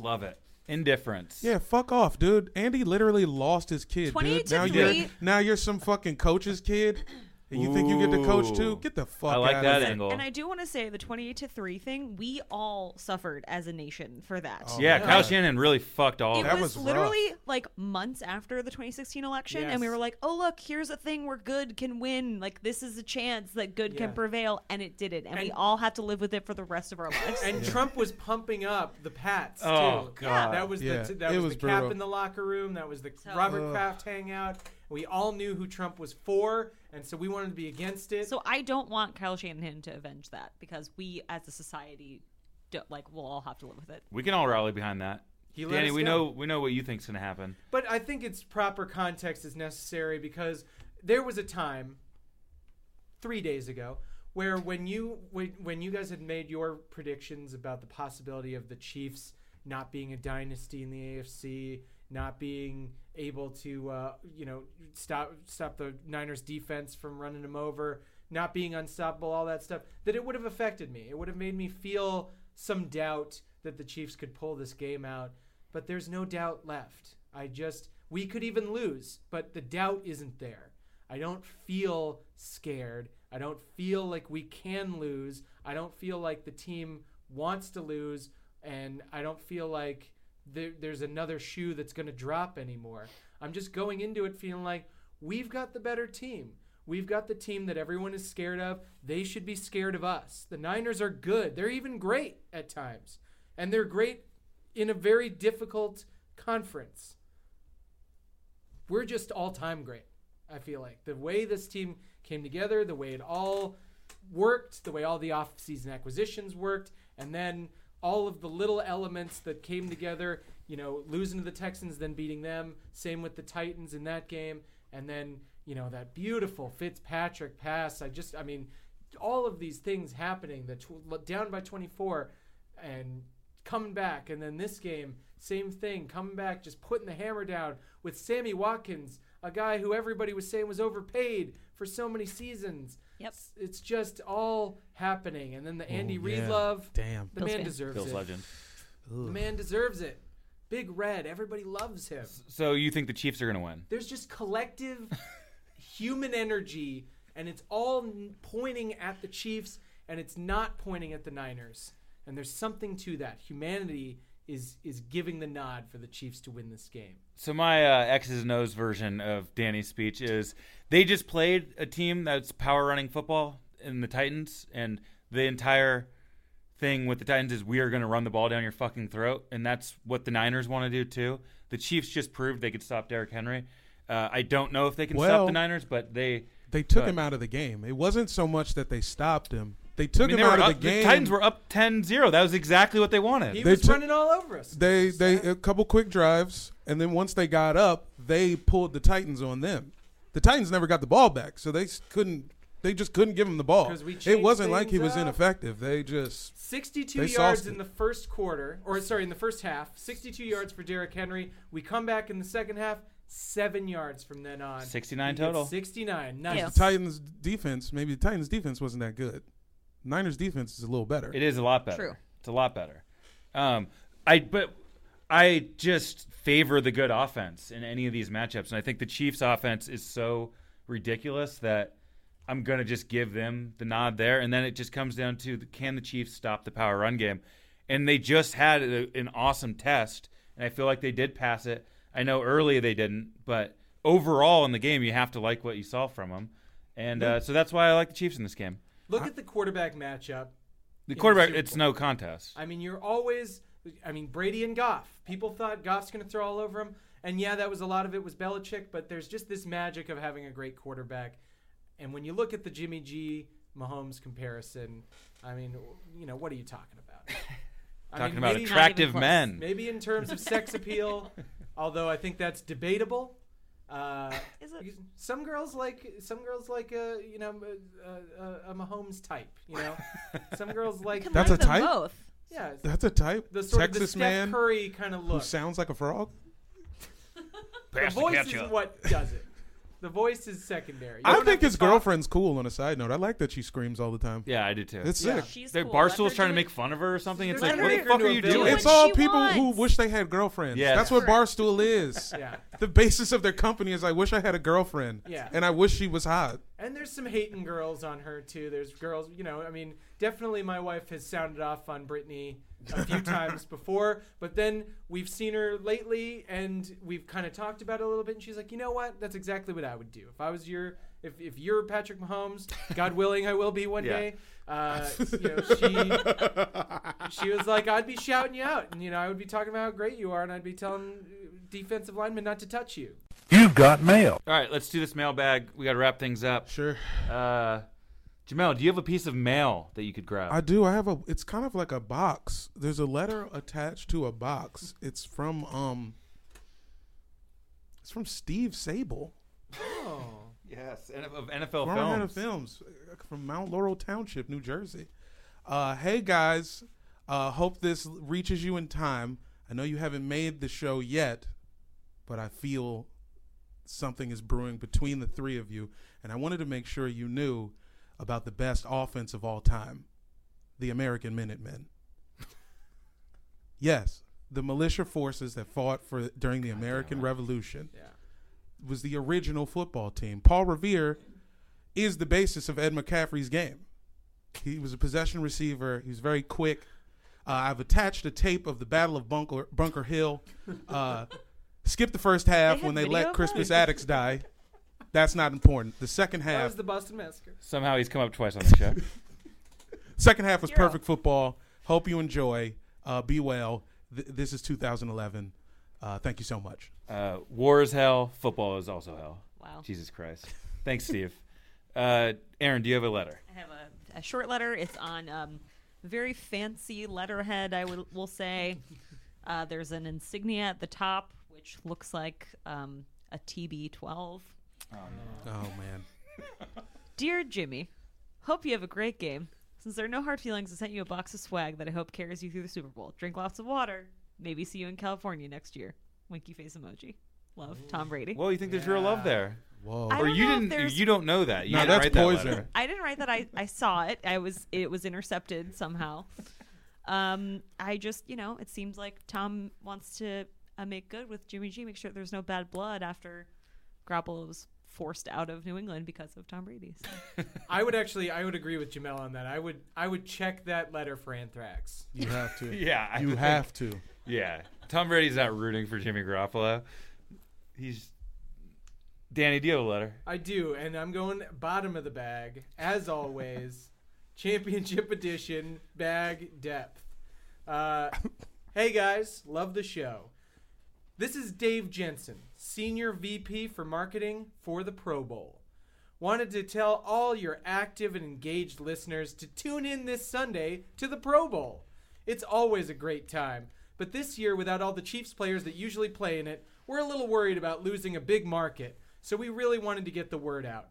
Speaker 2: Love it. Indifference.
Speaker 4: Yeah, fuck off, dude. Andy literally lost his kid.
Speaker 5: 20
Speaker 4: dude.
Speaker 5: to
Speaker 4: now
Speaker 5: three.
Speaker 4: you're now you're some fucking coach's kid. And you think you get to coach
Speaker 2: Ooh.
Speaker 4: too? Get the fuck
Speaker 2: I like
Speaker 4: out
Speaker 2: that
Speaker 4: of here.
Speaker 2: angle.
Speaker 5: And I do want to say the 28 to 3 thing, we all suffered as a nation for that.
Speaker 4: Oh,
Speaker 2: Yeah,
Speaker 4: Yeah.
Speaker 2: Kyle Shannon really fucked all
Speaker 5: It
Speaker 2: of
Speaker 4: that
Speaker 2: us.
Speaker 5: was,
Speaker 4: was rough.
Speaker 5: literally like months after the 2016 election, and we
Speaker 3: Yes.
Speaker 5: were like, "Oh look, here's a thing where good can win. Like this is a chance that good can
Speaker 3: Yeah.
Speaker 5: prevail," and it didn't, and, we
Speaker 3: And-
Speaker 5: all had to live with it for the rest of our lives.
Speaker 3: and Trump was pumping up the Pats
Speaker 2: Oh,
Speaker 3: too.
Speaker 2: God.
Speaker 3: that was
Speaker 4: Yeah,
Speaker 3: the that
Speaker 4: it
Speaker 3: was,
Speaker 4: was
Speaker 3: the
Speaker 4: brutal.
Speaker 3: cap in the locker room. That was the
Speaker 5: So-
Speaker 3: Robert Kraft hangout. We all knew who Trump was for, and so we wanted to be against it.
Speaker 5: so I don't want Kyle Shanahan to avenge that because we, as a society, do, like we'll all have to live with it.
Speaker 2: We can all rally behind that.
Speaker 3: He let
Speaker 2: Danny,
Speaker 3: us
Speaker 2: we
Speaker 3: down.
Speaker 2: know we know what you think's gonna happen.
Speaker 3: But I think it's proper context is necessary because there was a time three days ago where when you when, when you guys had made your predictions about the possibility of the Chiefs not being a dynasty in the AFC, not being able to uh, you know stop stop the Niners defense from running them over, not being unstoppable, all that stuff, that it would have affected me. It would have made me feel some doubt that the Chiefs could pull this game out, but there's no doubt left. I just we could even lose, but the doubt isn't there. I don't feel scared. I don't feel like we can lose. I don't feel like the team wants to lose, and I don't feel like there, there's another shoe that's going to drop anymore. I'm just going into it feeling like we've got the better team. We've got the team that everyone is scared of. They should be scared of us. The Niners are good. They're even great at times. And they're great in a very difficult conference. We're just all time great, I feel like. The way this team came together, the way it all worked, the way all the offseason acquisitions worked, and then all of the little elements that came together, you know, losing to the Texans, then beating them, same with the Titans in that game, and then, you know, that beautiful Fitzpatrick pass. I just, I mean, all of these things happening, the tw- down by 24 and coming back, and then this game, same thing, coming back, just putting the hammer down with Sammy Watkins, a guy who everybody was saying was overpaid for so many seasons.
Speaker 5: Yep.
Speaker 3: It's- It's just all happening, and then the Andy Reid
Speaker 4: yeah.
Speaker 3: love.
Speaker 4: Damn.
Speaker 3: the
Speaker 5: Bills
Speaker 3: man
Speaker 5: fan.
Speaker 3: deserves
Speaker 2: Bill's
Speaker 3: it.
Speaker 2: legend.
Speaker 3: The man deserves it. Big Red, everybody loves him.
Speaker 2: So you think the Chiefs are going to win?
Speaker 3: There's just collective human energy, and it's all n- pointing at the Chiefs, and it's not pointing at the Niners. And there's something to that. Humanity is is giving the nod for the Chiefs to win this game.
Speaker 2: So my uh, X's and O's version of Danny's speech is they just played a team that's power running football in the Titans, and the entire thing with the Titans is we are going to run the ball down your fucking throat, and that's what the Niners want to do too. The Chiefs just proved they could stop Derrick Henry. Uh, I don't know if they can stop
Speaker 4: Well-
Speaker 2: the Niners, but they.
Speaker 4: They took
Speaker 2: Right.
Speaker 4: him out of the game. It wasn't so much that they stopped him. They took
Speaker 2: I mean,
Speaker 4: him
Speaker 2: they
Speaker 4: out
Speaker 2: were
Speaker 4: of
Speaker 2: up,
Speaker 4: the game.
Speaker 2: Titans were up 10-0. That was exactly what they wanted.
Speaker 3: He
Speaker 4: They
Speaker 3: was
Speaker 4: took-
Speaker 3: running all over us.
Speaker 4: they they a couple quick drives, and then once they got up, they pulled the Titans on them. The Titans never got the ball back, so they s- couldn't. They just couldn't give him the ball.
Speaker 3: 'Cause we changed
Speaker 4: It wasn't like he
Speaker 3: things
Speaker 4: was
Speaker 3: up.
Speaker 4: ineffective. They just
Speaker 3: 62
Speaker 4: They
Speaker 3: yards
Speaker 4: sauced
Speaker 3: in
Speaker 4: it.
Speaker 3: the first quarter, or sorry, in the first half. 62 yards for Derrick Henry. We come back in the second half, seven yards from then on.
Speaker 2: 69
Speaker 3: He gets
Speaker 2: total.
Speaker 3: 69. Nice.
Speaker 5: Yeah.
Speaker 4: the Titans defense. Maybe the Titans defense wasn't that good. Niners defense is a little better.
Speaker 2: It is a lot better.
Speaker 5: True.
Speaker 2: It's a lot better. Um, I but I just favor the good offense in any of these matchups, and I think the Chiefs' offense is so ridiculous that I'm gonna just give them the nod there, and then it just comes down to the, can the Chiefs stop the power run game? And they just had a, an awesome test, and I feel like they did pass it. I know early they didn't, but overall in the game, you have to like what you saw from them, and uh, so that's why I like the Chiefs in this game.
Speaker 3: Look at the quarterback matchup.
Speaker 2: The
Speaker 3: the
Speaker 2: quarterback,
Speaker 3: Super
Speaker 2: it's
Speaker 3: Bowl.
Speaker 2: no contest.
Speaker 3: I mean, you're always. I mean, Brady and Goff. People thought Goff's going to throw all over him, and yeah, that was a lot of it was Belichick. But there's just this magic of having a great quarterback, and when you look at the Jimmy G Mahomes comparison, I mean, you know, what are you talking about? I
Speaker 2: talking
Speaker 3: mean,
Speaker 2: about
Speaker 3: maybe-
Speaker 2: attractive
Speaker 5: close.
Speaker 2: men.
Speaker 3: Maybe in terms of sex appeal, although I think that's debatable. Uh,
Speaker 5: Is it?
Speaker 3: because Some girls like some girls like a you know a, a, a Mahomes type. You know, some girls like
Speaker 5: Can
Speaker 4: That's
Speaker 5: like
Speaker 4: a
Speaker 5: them
Speaker 4: type?
Speaker 5: Both.
Speaker 3: yeah
Speaker 4: That's a type.
Speaker 3: the sort of the
Speaker 4: Texas
Speaker 3: Steph
Speaker 4: man
Speaker 3: Curry kind of
Speaker 4: who
Speaker 3: look.
Speaker 4: sounds like a frog.
Speaker 3: The voice is what does it. The voice is secondary. You
Speaker 4: I
Speaker 3: don't
Speaker 4: think
Speaker 3: have
Speaker 4: his
Speaker 3: to talk.
Speaker 4: girlfriend's cool. On a side note, I like that she screams all the time.
Speaker 2: Yeah, I do too.
Speaker 4: It's
Speaker 3: Yeah.
Speaker 4: sick.
Speaker 5: She's
Speaker 2: Their
Speaker 5: cool.
Speaker 2: Barstool's
Speaker 5: Let her
Speaker 2: trying to
Speaker 5: do
Speaker 2: make
Speaker 5: it.
Speaker 2: fun of her or something. It's
Speaker 3: They're
Speaker 2: like, what
Speaker 3: turning
Speaker 2: the
Speaker 3: her
Speaker 2: fuck
Speaker 3: into
Speaker 2: are
Speaker 3: a
Speaker 2: you
Speaker 3: villain.
Speaker 2: doing?
Speaker 4: It's
Speaker 5: what
Speaker 4: all
Speaker 5: she
Speaker 4: people who
Speaker 5: wants.
Speaker 4: wish they had girlfriends.
Speaker 2: Yeah.
Speaker 4: That's what Barstool is.
Speaker 3: Yeah.
Speaker 4: The basis of their company is I wish I had a girlfriend.
Speaker 3: Yeah.
Speaker 4: And I wish she was hot.
Speaker 3: And there's some hating girls on her too. There's girls, you know. I mean, definitely my wife has sounded off on Britney a few times before, but then we've seen her lately, and we've kind of talked about it a little bit. And she's like, you know what? That's exactly what I would do if I was your. If, if you're Patrick Mahomes, God willing, I will be one
Speaker 2: Yeah.
Speaker 3: day. Uh, you know, she she was like, I'd be shouting you out, and you know, I would be talking about how great you are, and I'd be telling uh, defensive linemen not to touch you.
Speaker 6: You've got mail.
Speaker 2: All right, let's do this mailbag. We got to wrap things up.
Speaker 4: Sure.
Speaker 2: Uh, Jamel, do you have a piece of mail that you could grab?
Speaker 4: I do. I have a it's kind of like a box. There's a letter attached to a box. It's from um It's from Steve Sable.
Speaker 3: Oh,
Speaker 2: yes, N- of NFL
Speaker 4: Carolina
Speaker 2: films.
Speaker 4: Films uh, from Mount Laurel Township, New Jersey. Uh, hey guys, uh, hope this reaches you in time. I know you haven't made the show yet, but I feel something is brewing between the three of you, and I wanted to make sure you knew about the best offense of all time, the American Minutemen. yes, the militia forces that fought for during the American Revolution
Speaker 3: yeah.
Speaker 4: was the original football team. Paul Revere is the basis of Ed McCaffrey's game. He was a possession receiver. He was very quick. Uh, I've attached a tape of the Battle of Bunker, Bunker Hill. Uh, skip the first half
Speaker 5: They had
Speaker 4: when they
Speaker 5: video
Speaker 4: let
Speaker 5: of
Speaker 4: Crispus
Speaker 5: that?
Speaker 4: Attucks die. That's not important. The second
Speaker 3: That
Speaker 4: half,
Speaker 3: was the Boston Massacre.
Speaker 2: Somehow he's come up twice on the show.
Speaker 4: second half was
Speaker 5: You're
Speaker 4: perfect football. Hope you enjoy. Uh, be well. Th- this is 2011. Uh, thank you so much.
Speaker 2: Uh, war is hell. Football is also hell.
Speaker 5: Wow.
Speaker 2: Jesus Christ. Thanks, Steve. uh, Aaron, do you have a letter?
Speaker 5: I have a, a short letter. It's on um, very fancy letterhead. I would will say uh, there's an insignia at the top, which looks like um, a TB12.
Speaker 4: Oh man.
Speaker 5: Dear Jimmy, hope you have a great game. Since there are no hard feelings, I sent you a box of swag that I hope carries you through the Super Bowl. Drink lots of water. Maybe see you in California next year. Winky face emoji. Love, Tom Brady.
Speaker 2: Well, you think there's real love there,
Speaker 4: Whoa.
Speaker 5: I
Speaker 2: or
Speaker 5: don't
Speaker 2: you
Speaker 5: know if
Speaker 2: didn't?
Speaker 5: there's-
Speaker 2: You don't know that. You
Speaker 4: No,
Speaker 2: didn't
Speaker 4: that's
Speaker 2: write that
Speaker 4: poison.
Speaker 2: letter.
Speaker 5: I didn't write that. I, I saw it. I was it was intercepted somehow. Um, I just you know it seems like Tom wants to uh, make good with Jimmy G, make sure there's no bad blood after Garoppolo was forced out of New England because of Tom Brady. So,
Speaker 3: I would actually, I would agree with Jamel on that. I would, I would check that letter for anthrax.
Speaker 4: You have to.
Speaker 2: Yeah, I
Speaker 4: You
Speaker 2: think-
Speaker 4: have to.
Speaker 2: Yeah, Tom Brady's not rooting for Jimmy Garoppolo. He's Danny. Do you have a letter?
Speaker 3: I do, and I'm going bottom of the bag as always. Championship edition bag depth. Uh, hey guys, love the show. This is Dave Jensen, Senior VP for Marketing for the Pro Bowl. Wanted to tell all your active and engaged listeners to tune in this Sunday to the Pro Bowl. It's always a great time, but this year, without all the Chiefs players that usually play in it, we're a little worried about losing a big market, so we really wanted to get the word out.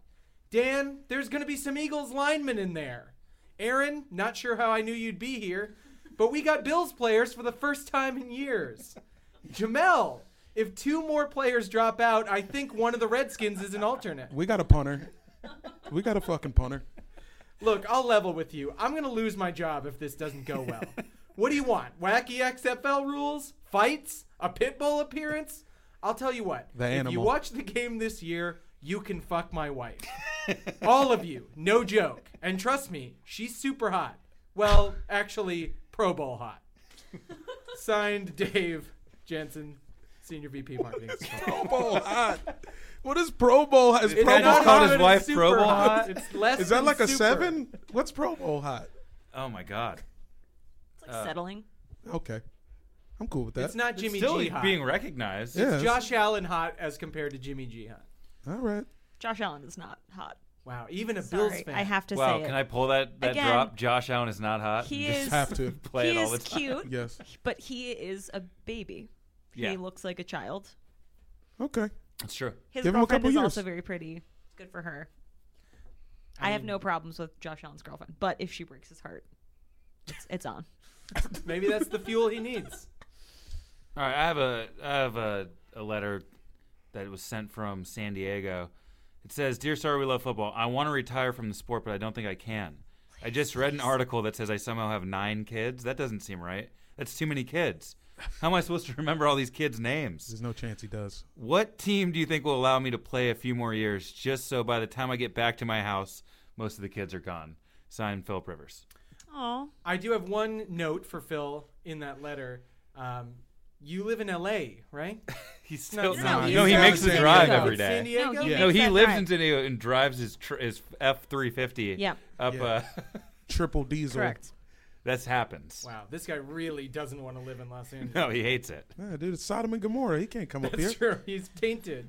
Speaker 3: Dan, there's going to be some Eagles linemen in there. Aaron, not sure how I knew you'd be here, but we got Bills players for the first time in years. Jamel, if two more players drop out, I think one of the Redskins is an alternate.
Speaker 4: We got a punter. We got a fucking punter.
Speaker 3: Look, I'll level with you. I'm going to lose my job if this doesn't go well. what do you want? Wacky XFL rules? Fights? A pit bull appearance? I'll tell you what.
Speaker 4: The
Speaker 3: if you
Speaker 4: animal.
Speaker 3: watch the game this year, you can fuck my wife. All of you, no joke. And trust me, she's super hot. Well, actually, Pro Bowl hot. Signed, Dave Jensen, Senior VP Marketing.
Speaker 4: Pro Bowl hot. What is Pro Bowl? Is Pro
Speaker 3: It's
Speaker 4: Bowl
Speaker 3: not
Speaker 2: called
Speaker 3: hot,
Speaker 2: his
Speaker 3: it's
Speaker 2: wife
Speaker 3: super
Speaker 2: Pro Bowl hot?
Speaker 3: It's less
Speaker 4: Is that
Speaker 3: than
Speaker 4: like a
Speaker 3: super.
Speaker 4: seven? What's Pro Bowl hot?
Speaker 2: Oh my God!
Speaker 5: it's like
Speaker 2: Uh.
Speaker 5: settling.
Speaker 4: Okay, I'm cool with that.
Speaker 3: It's not Jimmy
Speaker 2: Still
Speaker 3: G hot.
Speaker 2: being recognized.
Speaker 4: yeah. it's-
Speaker 3: Josh Allen hot as compared to Jimmy G hot.
Speaker 4: All right.
Speaker 5: Josh Allen is not hot.
Speaker 3: Wow, even a Bills
Speaker 5: Sorry,
Speaker 3: fan.
Speaker 5: I have to
Speaker 2: Wow,
Speaker 5: say
Speaker 2: can
Speaker 5: it.
Speaker 2: I pull that, that
Speaker 5: Again,
Speaker 2: drop? Josh Allen is not hot.
Speaker 5: he
Speaker 2: Just
Speaker 5: is
Speaker 4: Have to.
Speaker 2: play
Speaker 5: he
Speaker 2: it all the
Speaker 5: is
Speaker 2: time.
Speaker 5: cute,
Speaker 4: Yes.
Speaker 5: but he is a baby.
Speaker 2: Yeah.
Speaker 5: He looks like a child.
Speaker 4: Okay.
Speaker 2: That's true.
Speaker 5: His
Speaker 4: Give him a
Speaker 5: girlfriend
Speaker 4: couple
Speaker 5: is
Speaker 4: years.
Speaker 5: also very pretty. Good for her. I, have no problems with Josh Allen's girlfriend, but if she breaks his heart, it's, it's on.
Speaker 3: Maybe that's the fuel he needs.
Speaker 2: All right, I have a I have a, a letter that was sent from San Diego. It says, "Dear Sorry We Love Football, I want to retire from the sport, but I don't think I can. I just read an article that says I somehow have nine kids. That doesn't seem right. That's too many kids. How am I supposed to remember all these kids' names?
Speaker 4: There's no chance he does.
Speaker 2: What team do you think will allow me to play a few more years, just so by the time I get back to my house, most of the kids are gone?" Signed, Philip Rivers.
Speaker 5: Oh,
Speaker 3: I do have one note for Phil in that letter. Um, you live in L.A., right?
Speaker 2: He's still
Speaker 5: no,
Speaker 2: no.
Speaker 5: he's
Speaker 2: he
Speaker 5: still
Speaker 2: makes
Speaker 5: in
Speaker 2: the
Speaker 5: San
Speaker 2: drive
Speaker 5: Diego.
Speaker 2: every
Speaker 3: San
Speaker 2: day.
Speaker 3: Diego.
Speaker 5: No, he
Speaker 2: No,
Speaker 5: makes
Speaker 2: he
Speaker 5: that
Speaker 2: lives
Speaker 5: drive.
Speaker 2: in San Diego and drives his tr- his F three fifty.
Speaker 5: Yeah.
Speaker 2: up.
Speaker 4: Yeah.
Speaker 2: Uh,
Speaker 4: Triple diesel.
Speaker 5: correct.
Speaker 2: that's happens.
Speaker 3: Wow, this guy really doesn't want to live in Los Angeles.
Speaker 2: No, he hates it.
Speaker 4: Yeah, dude, it's Sodom and Gomorrah. He can't come up here.
Speaker 3: That's true. He's tainted.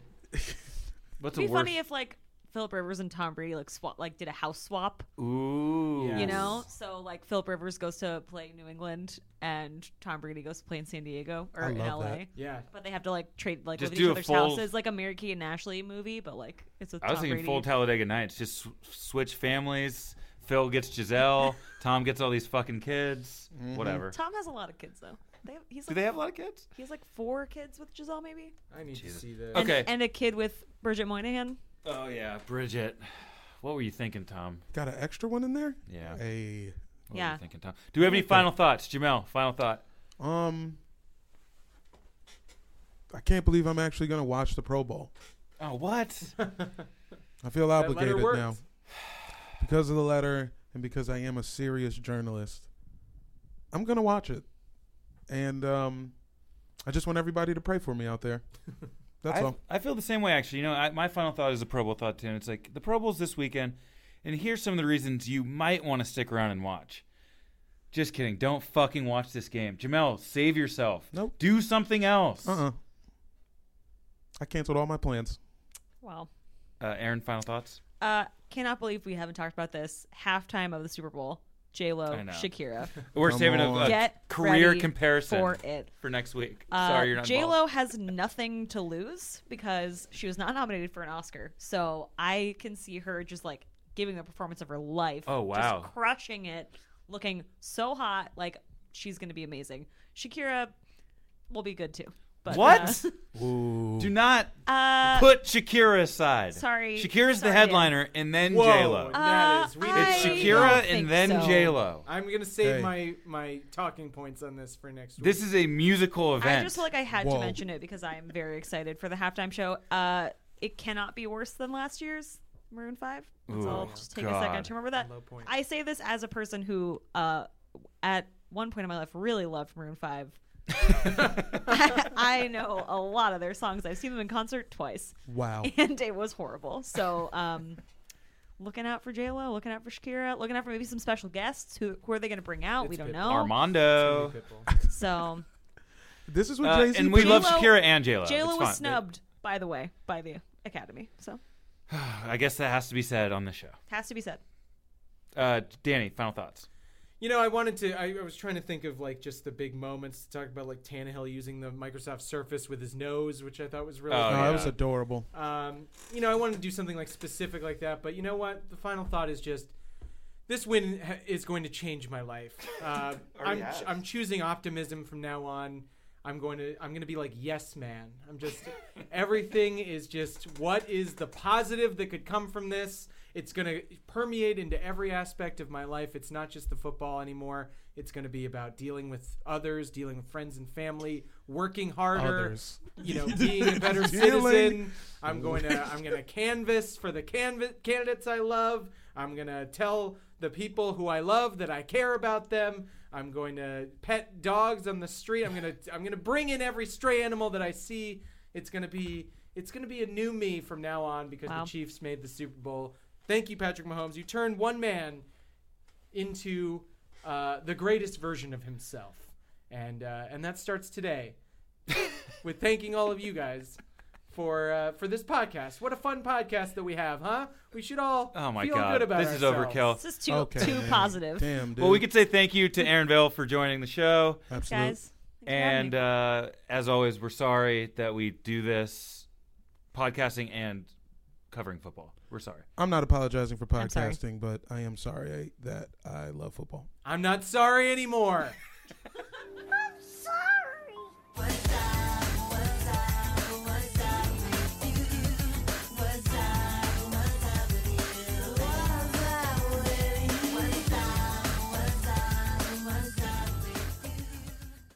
Speaker 2: What's
Speaker 5: It'd
Speaker 2: a
Speaker 5: be
Speaker 2: worse?
Speaker 5: funny if like Philip Rivers and Tom Brady like swap, like did a house swap,
Speaker 2: Ooh,
Speaker 3: Yeah.
Speaker 5: you know? So like Philip Rivers goes to play New England and Tom Brady goes to play in San Diego or
Speaker 4: I
Speaker 5: in
Speaker 4: love
Speaker 5: LA.
Speaker 4: that.
Speaker 3: Yeah.
Speaker 5: But they have to like trade like
Speaker 2: Just
Speaker 5: live
Speaker 2: do a
Speaker 5: in each other's
Speaker 2: full-
Speaker 5: houses, like a Mary Kate and Ashley movie, but like it's with
Speaker 2: I was
Speaker 5: Tom
Speaker 2: thinking
Speaker 5: Brady.
Speaker 2: full Talladega Nights. Just sw- switch families. Phil gets Giselle. Tom gets all these fucking kids. Whatever.
Speaker 5: Tom has a lot of kids though. They have, he's
Speaker 2: Mm-hmm. Do
Speaker 5: like,
Speaker 2: they have a lot of kids?
Speaker 5: he has like four kids with Giselle maybe.
Speaker 3: I need
Speaker 2: Jesus.
Speaker 3: to see this.
Speaker 2: Okay.
Speaker 5: and a kid with Bridget Moynihan.
Speaker 2: Oh yeah, Bridget. What were you thinking, Tom?
Speaker 4: Got an extra one in there?
Speaker 2: Yeah.
Speaker 4: Hey.
Speaker 2: What were
Speaker 5: Yeah.
Speaker 2: you thinking, Tom? Do we have any final thoughts, Jamel? Final thought.
Speaker 4: Um. I can't believe I'm actually gonna watch the Pro Bowl.
Speaker 2: Oh what?
Speaker 4: I feel
Speaker 3: letter
Speaker 4: obligated
Speaker 3: worked.
Speaker 4: now because of the letter and because I am a serious journalist. I'm gonna watch it, and um, I just want everybody to pray for me out there. That's
Speaker 2: I,
Speaker 4: all.
Speaker 2: I feel the same way, actually. You know, I, my final thought is a Pro Bowl thought, too. And it's like the Pro Bowl's this weekend, and here's some of the reasons you might want to stick around and watch. Just kidding. Don't fucking watch this game. Jamel, save yourself.
Speaker 4: Nope.
Speaker 2: Do something else.
Speaker 4: Uh uh I canceled all my plans.
Speaker 5: Wow.
Speaker 2: Uh, Aaron, final thoughts?
Speaker 5: Uh, cannot believe we haven't talked about this halftime of the Super Bowl. J Lo,
Speaker 2: I know.
Speaker 5: Shakira.
Speaker 2: We're
Speaker 4: Come
Speaker 2: saving a, a
Speaker 4: on.
Speaker 5: Get
Speaker 2: career
Speaker 5: ready
Speaker 2: comparison
Speaker 5: for it.
Speaker 2: for next week.
Speaker 5: Uh,
Speaker 2: Sorry, you're not
Speaker 5: J
Speaker 2: involved.
Speaker 5: Lo has nothing to lose because she was not nominated for an Oscar, so I can see her just like giving the performance of her life.
Speaker 2: Oh, wow.
Speaker 5: just crushing it, looking so hot. Like she's gonna be amazing. Shakira will be good too. But
Speaker 2: What?
Speaker 5: uh,
Speaker 2: Do not
Speaker 5: Uh,
Speaker 2: put Shakira aside.
Speaker 5: sorry.
Speaker 2: Shakira's the
Speaker 5: Sorry,
Speaker 2: headliner, and then
Speaker 3: Whoa.
Speaker 2: J Lo.
Speaker 5: Uh,
Speaker 3: That is- we-
Speaker 2: It's
Speaker 5: I
Speaker 2: Shakira
Speaker 5: don't
Speaker 2: and
Speaker 5: think
Speaker 2: then
Speaker 5: so.
Speaker 2: J Lo.
Speaker 3: I'm gonna save
Speaker 4: Hey.
Speaker 3: my my talking points on this for next week.
Speaker 2: This is a musical event.
Speaker 5: I just feel like I had
Speaker 4: Whoa.
Speaker 5: to mention it because I am very excited for the halftime show. Uh, it cannot be worse than last year's Maroon Five. Let's
Speaker 2: Ooh,
Speaker 5: all just take a
Speaker 2: God.
Speaker 5: second to remember that.
Speaker 3: Low point.
Speaker 5: I say this as a person who, uh, at one point in my life, really loved Maroon Five. I, I know a lot of their songs. I've seen them in concert twice,
Speaker 4: Wow.
Speaker 5: and it was horrible. So, um, looking out for J Lo, looking out for Shakira, looking out for maybe some special guests. Who, who are they going to bring out? we
Speaker 3: It's
Speaker 5: don't
Speaker 3: Pitbull.
Speaker 5: know.
Speaker 2: Armando.
Speaker 5: So
Speaker 4: This is what
Speaker 2: Uh,
Speaker 4: Jay Z.
Speaker 2: and we love
Speaker 5: J-Lo-
Speaker 2: Shakira and J Lo.
Speaker 5: J Lo was snubbed, by the way, by the Academy. So
Speaker 2: I guess that has to be said on the show.
Speaker 5: has to be said.
Speaker 2: Uh, Danny, final thoughts.
Speaker 3: You know, I wanted to. I, I was trying to think of like just the big moments to talk about, like Tannehill using the Microsoft Surface with his nose, which I thought was really.
Speaker 2: Oh,
Speaker 4: No,
Speaker 2: yeah.
Speaker 4: that was adorable.
Speaker 3: Um, you know, I wanted to do something like specific like that, but you know what? The final thought is just this win ha- is going to change my life. Uh, I'm
Speaker 2: has.
Speaker 3: I'm choosing optimism from now on. I'm going to I'm going to be like yes man. I'm just everything is just what is the positive that could come from this? It's going to permeate into every aspect of my life. It's not just the football anymore. It's going to be about dealing with others, dealing with friends and family, working harder
Speaker 4: Others.
Speaker 3: you know, being a better citizen. I'm going to I'm going to canvas for the canvas candidates I love. I'm going to tell the people who I love that I care about them. I'm going to pet dogs on the street. I'm going to I'm going to bring in every stray animal that I see. It's going to be it's going to be a new me from now on because
Speaker 5: Wow.
Speaker 3: the Chiefs made the Super Bowl. Thank you Patrick Mahomes. You turned one man into uh, the greatest version of himself. And uh, and that starts today with thanking all of you guys for uh, for this podcast. What a fun podcast that we have, huh? We should all
Speaker 2: Oh my
Speaker 3: feel
Speaker 2: god,
Speaker 3: good about
Speaker 2: this
Speaker 3: ourselves.
Speaker 2: is overkill.
Speaker 5: This is too
Speaker 4: okay.
Speaker 5: too
Speaker 4: man.
Speaker 5: positive,
Speaker 4: Damn, dude.
Speaker 2: Well, we could say thank you to Aaron Vale for joining the show,
Speaker 4: Absolutely.
Speaker 5: guys. Thanks for having
Speaker 2: and
Speaker 5: me.
Speaker 2: uh, as always, we're sorry that we do this podcasting and covering football. We're sorry.
Speaker 4: I'm not apologizing for
Speaker 5: sorry.
Speaker 4: podcasting, but I am sorry that I love football.
Speaker 3: I'm not sorry anymore.